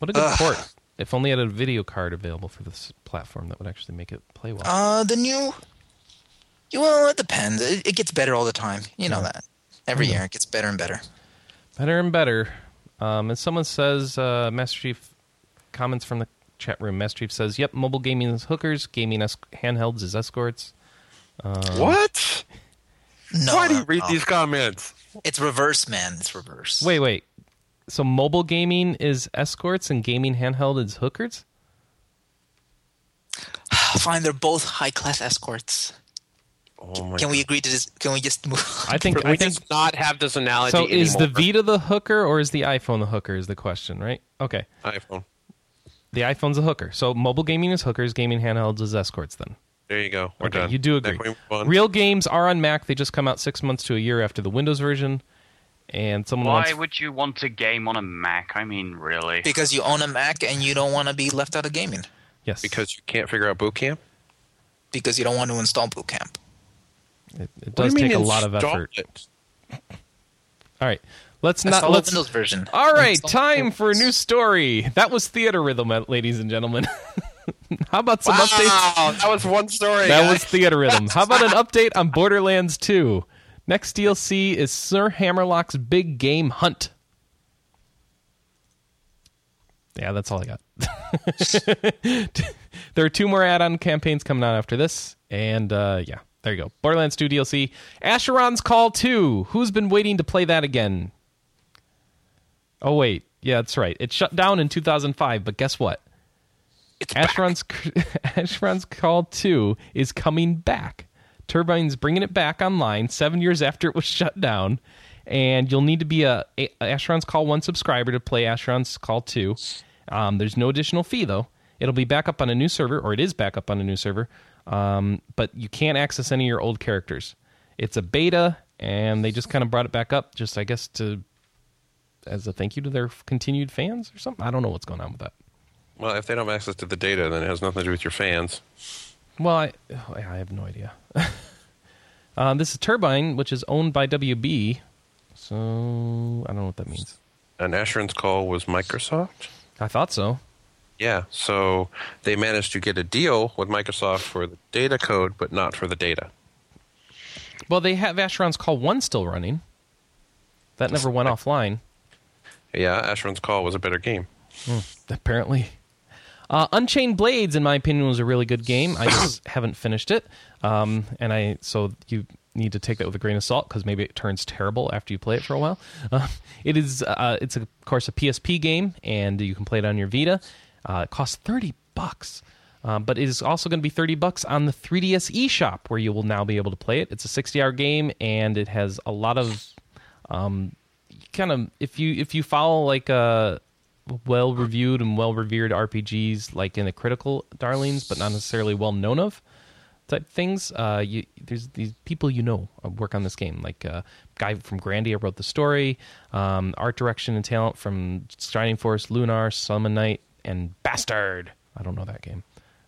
What a good port. If only I had a video card available for this platform that would actually make it play well. uh, the new. Well, it depends. It, it gets better all the time. You Hmm. know that. Every year, it gets better and better. better and better. Um, and someone says, uh, Master Chief comments from the chat room. Master Chief says, "Yep, mobile gaming is hookers, gaming es- handhelds is escorts." Uh-huh. what? No, Why do no, you read no. these comments? It's reverse, man. It's reverse. Wait, wait. So mobile gaming is escorts and gaming handheld is hookers? fine. They're both high class escorts. Oh my Can we agree to this? Can we just (laughs) move? on? I think God. I We think just not have this analogy so is the anymore. Vita the hooker or is the iPhone the hooker is the question, right? Okay. iPhone. The iPhone's a hooker. So mobile gaming is hookers, gaming handhelds is escorts then. There you go. We're okay, done. you do Now agree. can we move on? Real games are on Mac. They just come out 6 months to a year after the Windows version. And someone Why wants would you want a game on a Mac? I mean, really? Because you own a Mac and you don't want to be left out of gaming Yes. Because you can't figure out boot camp. because you don't want to install Boot Camp. it, it What does do you take mean a lot of install effort. it? All right. Let's Install not the let's Windows version. All right, Install- time for a new story. That was theater rhythm, ladies and gentlemen. (laughs) How about some Wow, updates? that was one story. That (laughs) guys. was theater rhythm. How about an update on Borderlands 2? Next DLC is Sir Hammerlock's Big Game Hunt. Yeah, that's all I got. (laughs) there are two more add-on campaigns coming out after this, and uh, yeah, there you go. Borderlands 2 DLC, Asheron's Call 2. Who's been waiting to play that again? Oh wait, yeah, that's right. It shut down in 2005, but guess what? (laughs) Asheron's Asheron's Call 2 is coming back. Turbine's bringing it back online 7 years after it was shut down, and you'll need to be a, a Asheron's Call 1 subscriber to play Asheron's Call 2. Um, there's no additional fee though. It'll be back up on a new server or it is back up on a new server. Um, but you can't access any of your old characters. It's a beta and they just kind of brought it back up just I guess to as a thank you to their continued fans or something. I don't know what's going on with that. Well, if they don't have access to the data, then it has nothing to do with your fans. Well, I, oh, yeah, I have no idea. (laughs) um, this is Turbine, which is owned by WB. So I don't know what that means. An Asheron's call was Microsoft. I thought so. Yeah, so they managed to get a deal with Microsoft for the data code, but not for the data. Well, they have Asheron's Call 1 still running. That never went offline, Yeah, Asheron's Call was a better game. apparently. Uh, Unchained Blades, in my opinion, was a really good game. I just haven't finished it, um, and I so you need to take that with a grain of salt because maybe it turns terrible after you play it for a while. Uh, it is, uh, it's of course a PSP game, and you can play it on your Vita. Uh, it costs thirty bucks, um, but it is also going to be thirty bucks on the 3DS eShop, where you will now be able to play it. It's a sixty-hour game, and it has a lot of kind of if you if you follow like uh well reviewed and well revered RPGs like in the critical darlings but not necessarily well known of type things uh you there's these people you know uh, work on this game like uh guy from Grandia wrote the story um art direction and talent from Shining Force Lunar Summon Knight and Bastard I don't know that game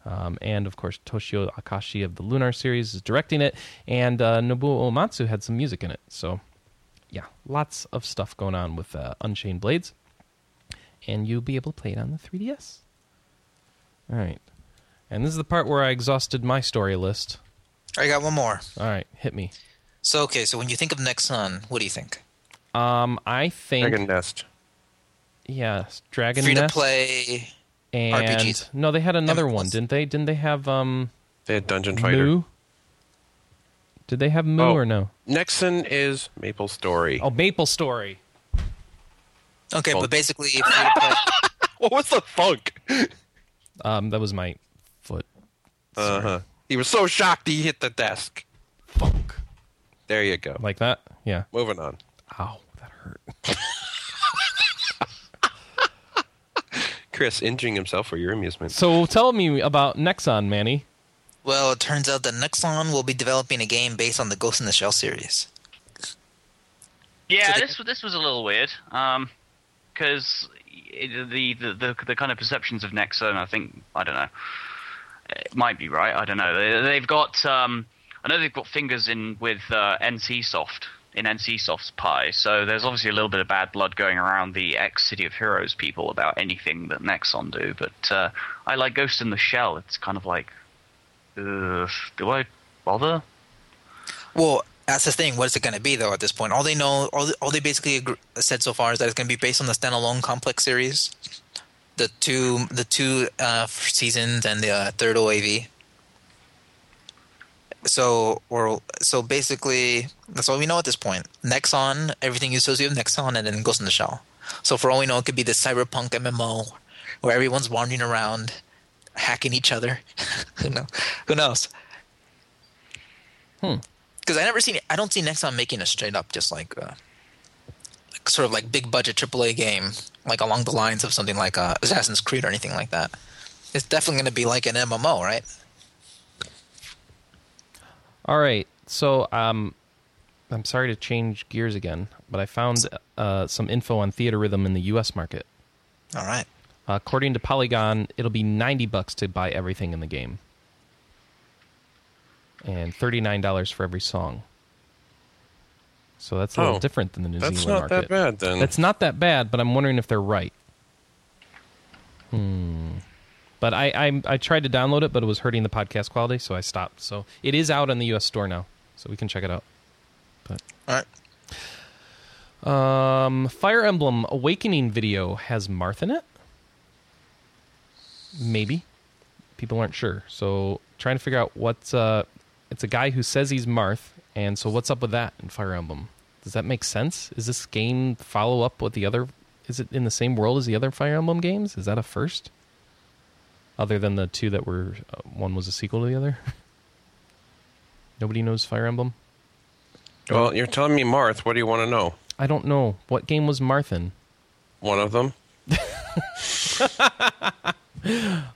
um, and of course, Toshio Akashi of the Lunar series is directing it, and uh, Nobuo Omatsu had some music in it. So yeah, lots of stuff going on with uh, Unchained Blades, and you'll be able to play it on the 3DS. All right, and this is the part where I exhausted my story list. I got one more. All right, hit me. So okay, so when you think of Nexon, what do you think? Um, I think Dragon Nest. yeah, Dragon Free to Nest play. and RPGs. no, they had another one, MMOs. didn't they? Didn't they have um They had Dungeon Fighter. Moo? Did they have Moo Oh. or no? Nexon is Maple Story. Oh, (laughs) Maple Story. Okay, Well- but basically free to play. What was the funk? Um, that was my foot. Uh huh. He was so shocked he hit the desk. Funk There you go. like that. Yeah. Moving on. Ow, that hurt. Chris injuring himself for your amusement. So tell me about Nexon, Manny. Well, it turns out that Nexon will be developing a game based on the Ghost in the Shell series. So Yeah, they- this this was a little weird, because the, the the the kind of perceptions of Nexon, I think I don't know, it might be right. I don't know. They, they've got um, I know they've got fingers in with uh, NCSoft in NCSoft's pie, so there's obviously a little bit of bad blood going around the ex City of Heroes people about anything that Nexon do. But uh, I like Ghost in the Shell. It's kind of like, uh, do I bother? Well, that's the thing. What is it going to be though? At this point, all they know, all, all they basically agr said so far is that it's going to be based on the standalone complex series, the two, the two uh, seasons and the uh, third OAV. So, or so basically, that's all we know at this point. Nexon, everything you associate with Nexon, and then Ghost in the Shell. So, for all we know, it could be the cyberpunk MMO where everyone's wandering around, hacking each other. (laughs) who knows? Who knows? because I never seen I don't see Nexon making a straight up just like, uh, like sort of like big budget AAA game like along the lines of something like uh, Assassin's Creed or anything like that. It's definitely going to be like an MMO, right? All right. So, um, I'm sorry to change gears again, but I found uh, some info on theater rhythm in the U.S. market. All right. according to Polygon, it'll be 90 bucks to buy everything in the game, and 39 dollars for every song. So that's a little Oh, different than the New That's Zealand not market. that bad then. That's not that bad, but I'm wondering if they're right. Hmm. But I, I I tried to download it, but it was hurting the podcast quality, so I stopped. So it is out in the U.S. store now, so we can check it out. All right. Um, Fire Emblem Awakening video has Marth in it. Maybe people aren't sure, so trying to figure out what's uh, it's a guy who says he's Marth, and so what's up with that in Fire Emblem? Does that make sense? Is this game follow up with the other? Is it in the same world as the other Fire Emblem games? Is that a first? Other than the two that were, uh, one was a sequel to the other. (laughs) Nobody knows Fire Emblem. well, you're telling me, Marth, what do you want to know? I don't know what game was Marth in. One of them?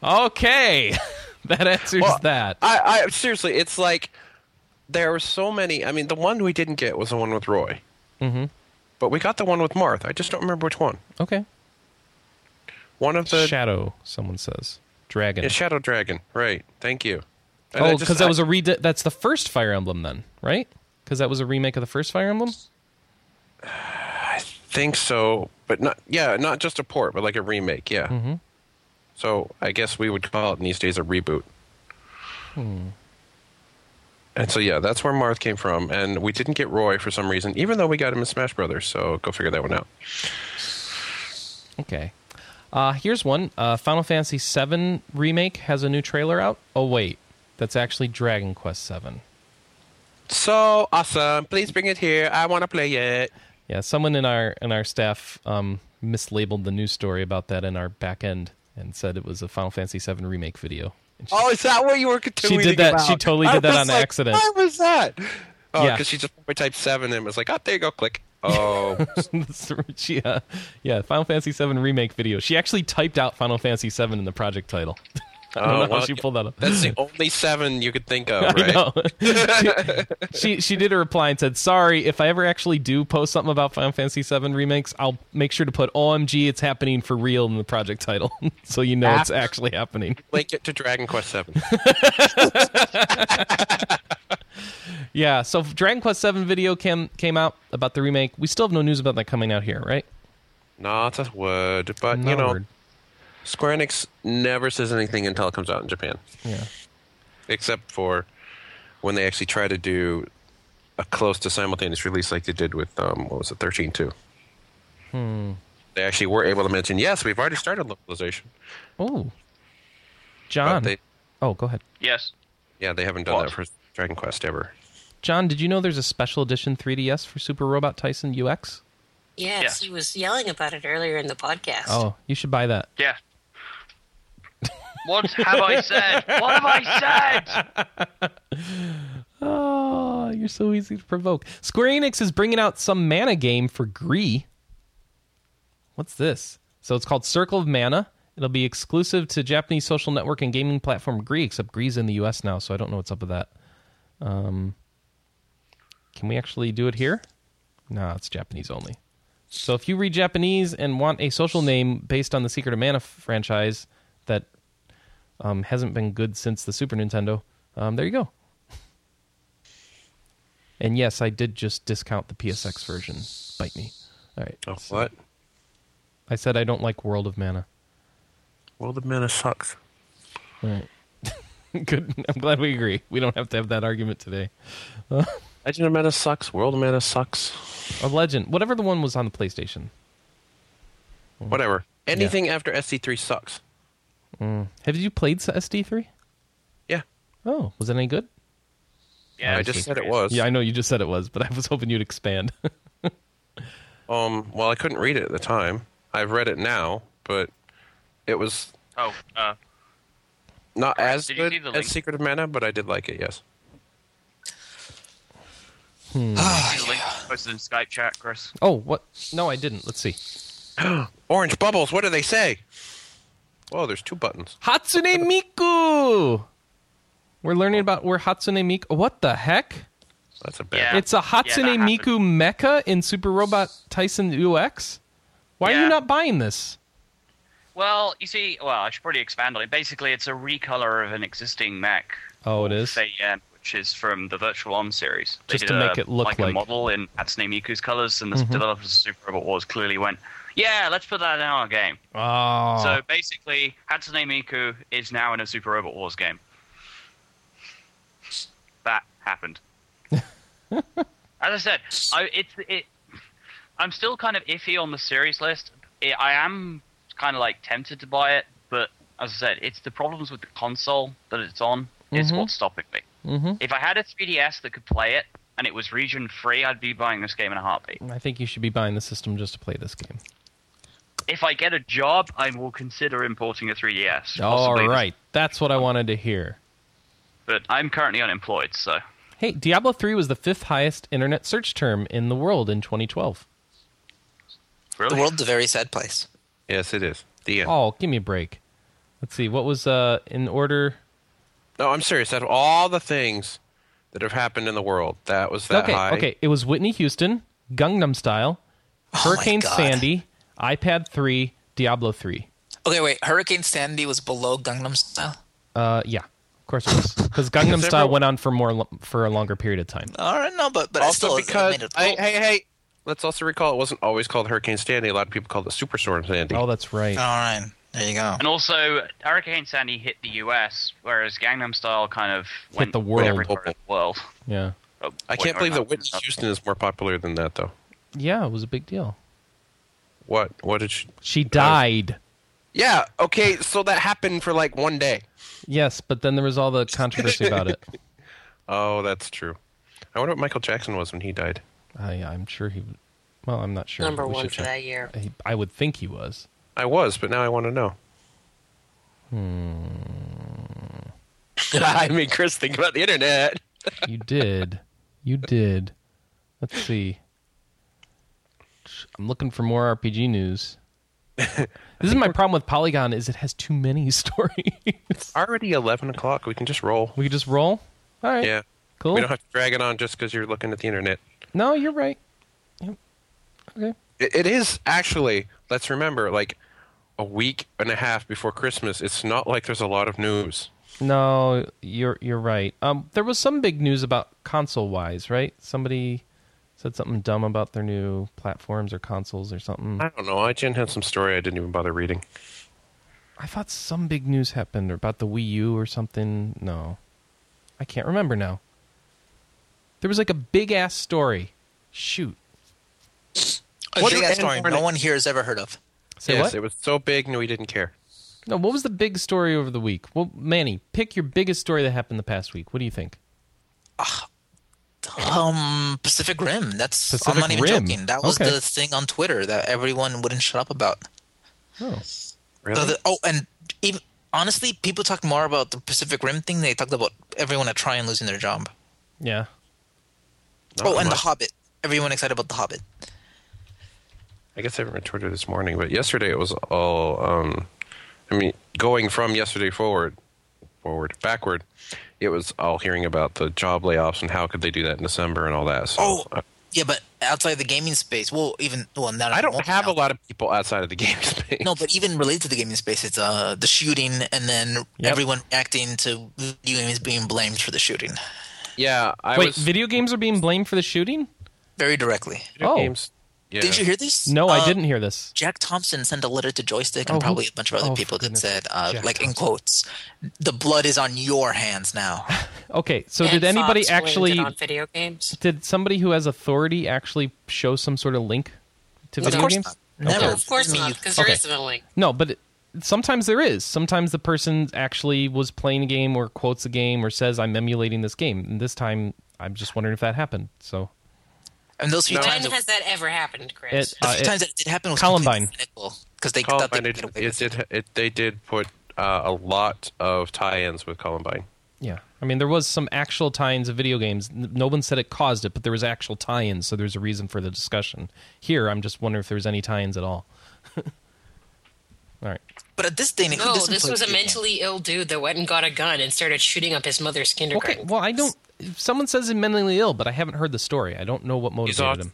Okay. (laughs) that answers Well, that. I, I seriously, it's like there were so many. I mean, the one we didn't get was the one with Roy. Mm-hmm. But we got the one with Marth. I just don't remember which one. Okay. One of the Shadow, someone says. Dragon. yeah, Shadow Dragon. Right. Thank you. And I oh, just- because that I- was a re that's the first Fire Emblem then, right? Because that was a remake of the first Fire Emblem? Mm-hmm. think so, but not yeah, not just a port, but like a remake. Yeah. So I guess we would call it in these days a reboot. Hmm. And so yeah, that's where Marth came from, and we didn't get Roy for some reason, even though we got him in Smash Brothers. So go figure that one out. Okay. Uh, here's one. Uh, Final Fantasy VII remake has a new trailer out. Oh wait, that's actually Dragon Quest VII. So awesome! Please bring it here. I want to play it. Yeah, someone in our in our staff um, mislabeled the news story about that in our back end and said it was a Final Fantasy VII remake video. And she- Oh, is that what you were She continuing? did that. She totally did that on like, accident. Why was that? Oh, Yeah. because she just probably typed seven and was like, "Oh, there you (laughs) go, click." Oh, she, uh, yeah, Final Fantasy VII remake video. She actually typed out Final Fantasy VII in the project title. (laughs) I don't Oh, know how well, she pulled that up. that's the only seven you could think of, (laughs) I right? know. (laughs) she, she she did a reply and said, "Sorry, if I ever actually do post something about Final Fantasy VII remakes, I'll make sure to put OMG, it's happening for real in the project title, (laughs) so you know it's Ah. actually happening." Link it to Dragon Quest Seven. Yeah. So Dragon Quest VII video came came out about the remake. We still have no news about that coming out here, right? Not a word, but No you know, word. Square Enix never says anything until it comes out in Japan, Yeah. except for when they actually try to do a close to simultaneous release, like they did with um, what was it, thirteen two. Hmm. Hmm. They actually were able to mention, yes, we've already started localization, Oh, but John. they, oh, go ahead. Yes. yeah, they haven't done What? that for Dragon Quest ever. John, did you know there's a special edition 3DS for Super Robot Tyson UX? Yes, Yes. he was yelling about it earlier in the podcast. Oh, you should buy that. Yeah. What have I said? (laughs) What have I said? Oh, you're so easy to provoke. Square Enix is bringing out some mana game for Gree. What's this? So it's called Circle of Mana. It'll be exclusive to Japanese social network and gaming platform Gree, except Gree's in the US now, so I don't know what's up with that. Um, can we actually do it here? No, it's Japanese only. So if you read Japanese and want a social name based on the Secret of Mana franchise that um, hasn't been good since the Super Nintendo, um, there you go. (laughs) And yes, I did just discount the PSX version. Bite me. All right. Oh, so- what? I said I don't like World of Mana. (laughs) Well, the Mana sucks. All right. Good. I'm glad we agree. We don't have to have that argument today. Legend of Mana sucks. World of Mana sucks. Or Legend, whatever the one was on the PlayStation. Whatever. Anything after SC3 sucks. Have you played SD3? Yeah. Oh, was it any good? Yeah, I it's just just said it crazy. was. Yeah, I know you just said it was, but (laughs) I was hoping you'd expand. (laughs) Um. Well, I couldn't read it at the time. I've read it now, but it was Oh, uh, not as Did you good see the as link? Secret of Mana, but I did like it. Yes. the link posted in Skype chat, Chris. oh, what? No, I didn't. Let's see. Orange bubbles. What do they say? Whoa, there's two buttons. Hatsune Miku! We're learning about where Hatsune Miku. What the heck? That's a bad. Yeah. It's a Hatsune that happened. Miku mecha in Super Robot Tyson UX? Why are you Yeah. not buying this? Well, you see, well, I should probably expand on it. Basically, it's a recolor of an existing mech, Oh, it is. Seiyan, which is from the Virtual On series. They Just did to a- make it look a like- Mm-hmm. model in Hatsune Miku's colors, and the developers of Super Robot Wars clearly went, "Yeah, let's put that in our game." Oh, So basically, Hatsune Miku is now in a Super Robot Wars game. That (laughs) happened. As I said, I, it's it. I'm still kind of iffy on the series list. I I am kind of like tempted to buy it, but as I said, it's the problems with the console that it's on is Mm-hmm. what's stopping me. Mhm. If I had a 3DS that could play it and it was region free, I'd be buying this game in a heartbeat. I think you should be buying the system just to play this game. If I get a job, I will consider importing a 3DS. All possibly the right, that's what I wanted to hear. but I'm currently unemployed, so Hey, Diablo 3 was the fifth highest internet search term in the world in 2012. really, The world's a very sad place. Yes, it is. The end. Oh, give me a break. Let's see, what was uh, in order? No, I'm serious. Out of all the things that have happened in the world, that was that okay, high. okay. It was Whitney Houston, Gangnam Style, Hurricane God. Sandy, iPad 3, Diablo 3. Okay, wait. Hurricane Sandy was below Gangnam Style. Uh, yeah, of course it was. Because Gangnam Is Style everyone- went on for more lo- for a longer period of time. All right, no, but but I Also still because made it hey, hey, hey. Let's also recall it wasn't always called Hurricane Sandy. A lot of people called it Superstorm Sandy. Oh, that's right. All right. There you go. And also, Hurricane Sandy hit the U.S., whereas Gangnam Style kind of went the world. went everywhere in the world. Yeah. Oh, I wait, can't or believe not. that Whitney Houston is more popular than that, though. Yeah, it was a big deal. What? What did she? She died. Yeah. Okay. So that happened for like one day. Yes, but then there was all the controversy about it. Oh, that's true. I wonder what Michael Jackson was when he died. I, I'm sure he. would- Well, I'm not sure. Number We one should for check. that year. I, I would think he was. I was, but now I want to know. Hmm. (laughs) I made Chris think about the internet. You did. You did. Let's see. I'm looking for more RPG news. This is (laughs) my problem with Polygon is it has too many (laughs) stories. It's already eleven o'clock. We can just roll. we could just roll. All right. Yeah. Cool. We don't have to drag it on just because you're looking at the internet. no, you're right. Yep. Okay. It, it is actually. Let's remember, like a week and a half before Christmas. It's not like there's a lot of news. No, you're you're right. Um, there was some big news about console wise, right? Somebody said something dumb about their new platforms or consoles or something. I don't know. IGN had some story I didn't even bother reading. I thought some big news happened about the Wii U or something. No, I can't remember now. There was like a big ass story. Shoot. A What big is ass story Antarctic? no one here has ever heard of. Say yes, what? it was so big and we didn't care. no, what was the big story over the week? Well, Manny, pick your biggest story that happened the past week. What do you think? Um, Pacific Rim. That's Pacific I'm not even Rim. joking. That was Okay. the thing on Twitter that everyone wouldn't shut up about. Oh, Really? The- the- oh, and even honestly, people talked more about the Pacific Rim thing. They talked about everyone at Tryon losing their job. yeah. Not Oh, and the much. Hobbit. Everyone excited about the Hobbit. I guess I haven't read Twitter this morning, but yesterday it was all. Um, I mean, going from yesterday forward, forward, backward, it was all hearing about the job layoffs and how could they do that in December and all that. So Oh, I, yeah, but outside the gaming space, well, even well, not I don't have a lot of people outside of the (laughs) game space. No, but even related to the gaming space, it's uh the shooting and then Yep. everyone acting to video games being blamed for the shooting Yeah, I Wait, was video games are being blamed for the shooting? very directly. video oh. games. Yeah. Did you hear this? No, I Uh, didn't hear this. Jack Thompson sent a letter to Joystick Oh, and who- probably a bunch of other oh, for people that goodness. said, uh, Jack like in quotes, "The blood is on your hands now." Okay, so And did anybody Fox blamed it actually on video games? did somebody who has authority actually show some sort of link to of video course games? not. Never. No, Oh, of course I mean, not, you- because Okay. there isn't a link. No, but it, sometimes there is. Sometimes the person actually was playing a game or quotes a game or says, I'm emulating this game. And this time, I'm just wondering if that happened. So, And those few No. times, When it, has that ever happened, Chris? it, the uh, few it- times that it did happen was Columbine. because they thought they Columbine? could It, get away it with it. did. It, they did put uh, a lot of tie-ins with Columbine. yeah. I mean, there was some actual tie-ins of video games. N- No one said it caused it, but there was actual tie-ins, so there's a reason for the discussion. Here, I'm just wondering if there was any tie-ins at all. (laughs) all right. But at this thing, no, this was a mentally ill dude that went and got a gun and started shooting up his mother's kindergarten. Okay, well, I don't... if Someone says he's mentally ill, but I haven't heard the story. I don't know what He's motivated aut- him.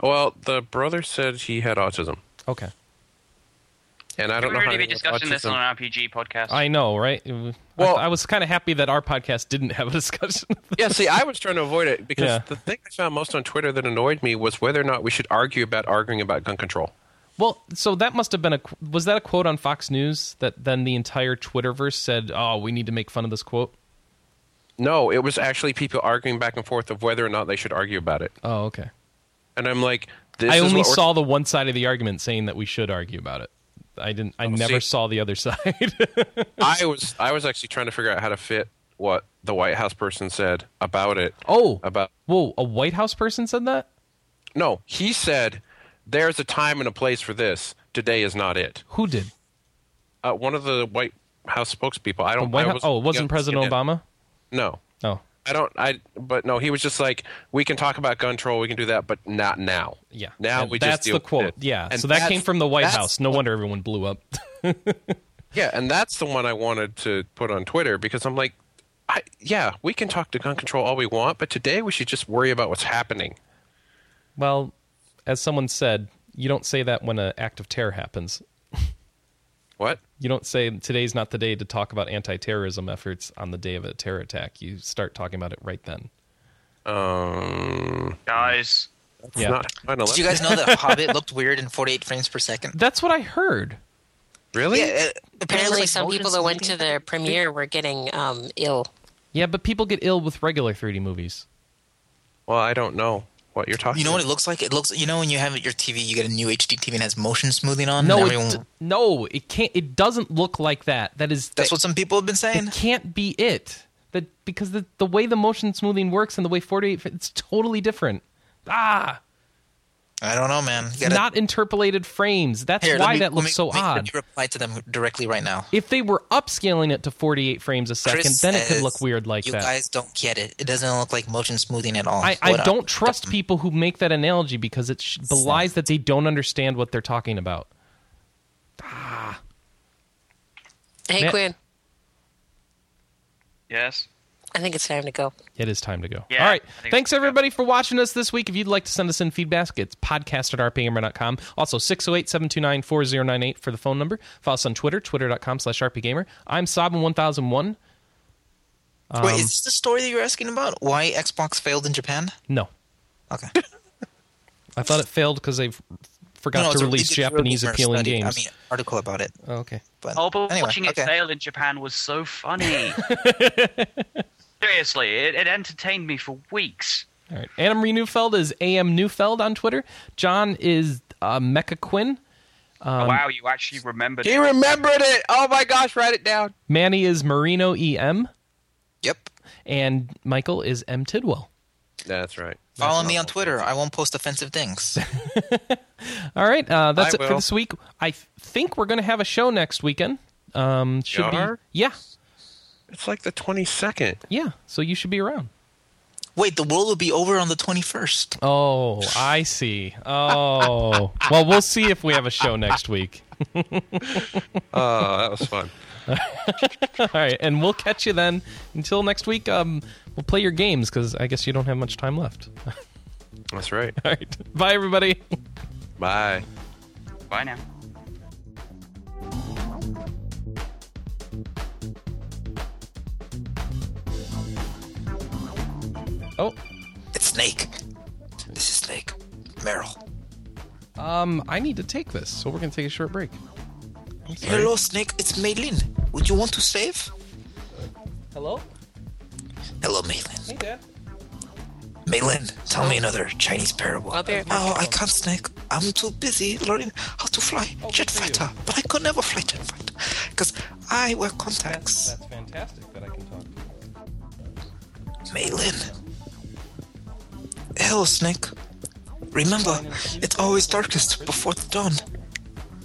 Well, the brother said he had autism, Okay. and I We've don't know how already to been discussing this on an RPG podcast. I know, right? Well, I, Well- I was kind of happy that our podcast didn't have a discussion. (laughs) yeah, see, I was trying to avoid it because Yeah. the thing I found most on Twitter that annoyed me was whether or not we should argue about arguing about gun control. well, so that must have been a qu- was that a quote on Fox News that then the entire Twitterverse said, "Oh, we need to make fun of this quote." No, it was actually people arguing back and forth of whether or not they should argue about it. Oh, okay. And I'm like, this I is only what we're- saw the one side of the argument saying that we should argue about it. I didn't. I never Oh, see. saw the other (laughs) (laughs) side. I was I was actually trying to figure out how to fit what the White House person said about it. oh, about whoa! A White House person said that. no, he said there's a time and a place for this. Today is not it. Who did? Uh, one of the White House spokespeople. I The don't. White I House. Oh, it wasn't yeah, President CNN. Obama. No. Oh, I don't. I. But no, he was just like, we can talk about gun control, we can do that, but not now. yeah. Now And we just that's deal the with quote. it. Yeah. And so that that's- came from the White that's- House. No wonder everyone blew up. (laughs) Yeah, and that's the one I wanted to put on Twitter because I'm like, I, yeah, we can talk to gun control all we want, but today we should just worry about what's happening. Well, as someone said, you don't say that when an act of terror happens. What? You don't say today's not the day to talk about anti-terrorism efforts on the day of a terror attack. You start talking about it right then. Um, Guys, it's Yeah. not 9/11. (laughs) Did you guys know that Hobbit looked weird in 48 frames per second? That's what I heard. Really? Yeah, uh, Apparently, apparently like, some motion people that went to sickness. the premiere were getting um, ill. Yeah, but people get ill with regular 3D movies. Well, I don't know what you're talking. You know what it looks like? It looks. You know when you have your TV, you get a new HD TV and it has motion smoothing on. No, and it, d- everyone- no, it can't. It doesn't look like that. That is that's that- what some people have been saying. that can't be it. That because the the way the motion smoothing works and the way 48 it's totally different. Ah, I don't know, man. You it's not interpolated frames. That's Here, let why me- that let looks me so make sure odd. You reply to them directly right now. If they were upscaling it to 48 frames a second, Chris then it could says, look weird like you that. guys don't get it. It doesn't look like motion smoothing at all. I, I What a- don't trust people who make that analogy because it sh- belies that they don't understand what they're talking about. Hey, Ma- Quinn, Yes. I think it's time to go. It is time to go. Yeah, All right. I think it's Thanks, time to go. everybody, for watching us this week. If you'd like to send us in feedback, it's podcast at rpgamer.com. Also, 608 729 4098 for the phone number. Follow us on Twitter, twitter.com slash rpgamer. I'm Sobin1001. Wait, Um, is this the story that you're asking about? Why Xbox failed in Japan? No, Okay. I thought it failed because they f- forgot No, to it's a- release it's a Japanese rumor appealing study. games. I mean, article about it. Oh, okay. But Oh, but anyway, watching it okay. fail in Japan was (laughs) so funny. Seriously, it, it entertained me for weeks. All right. Adam Re Neufeld is AM Neufeld on Twitter. John is uh, Mecha Quinn. Um, wow, you actually remembered. He it. remembered it. Oh my gosh! Write it down. Manny is Marino EM. Yep. And Michael is M Tidwell. That's right. Follow me on Twitter. I won't post offensive things. All right, uh, that's I it for will. this week. I th- think we're going to have a show next weekend. Um, should You be are? yeah, It's like the 22nd. yeah. So you should be around. Wait, the world will be over on the 21st. Oh, I see. Oh, (laughs) well, we'll see if we have a show next week. (laughs) Oh, that was fun. All right, and we'll catch you then. Until next week, um, we'll play your games because I guess you don't have much time left. (laughs) All That's right. right, (laughs) bye everybody. Bye. Bye now. Oh, It's Snake. This is Snake. Meryl. um, I need to take this, so we're gonna take a short break. I'm sorry. Hello, Snake. It's Maylin. Would you want to save? Hello. Hello, Maylin. Hey, Dad. Maylin, tell me another Chinese parable. I'll be right back. Oh, I can't, Snake. I'm too busy learning how to fly good jet for you. fighter. But I could never fly jet fighter because I wear contacts. fantastic that I can talk. Malin. Hello, Snake. Remember, it's always darkest before the dawn.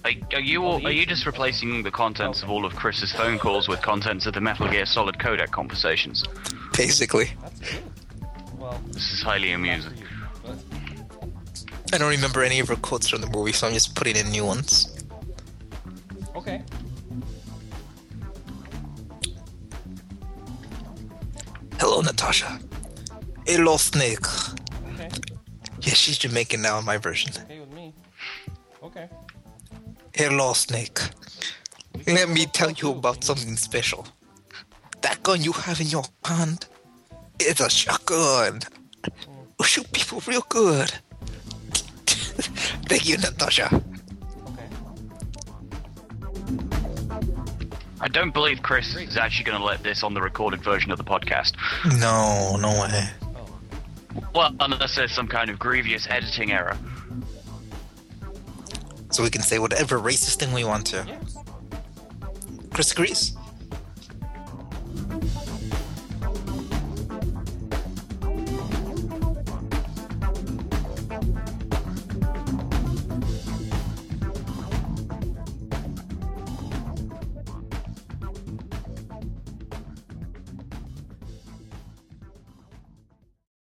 Are, are you all, are you just replacing the contents of all of Chris's phone calls with contents of the Metal Gear Solid codec conversations? Basically. Well, This is highly amusing. I don't remember any of her quotes from the movie, so I'm just putting in new ones. okay. Hello, Natasha. Hello, Snake. Okay. Yeah, she's Jamaican now in my version. Okay with me. Okay. Hello, Snake. Let me tell you about something special. That gun you have in your hand is a shotgun. Mm. We shoot people real good. Thank you, Natasha. Okay. I don't believe Chris is actually going to let this on the recorded version of the podcast. No, no way. Well, unless there's some kind of grievous editing error. So we can say whatever racist thing we want to. Chris agrees.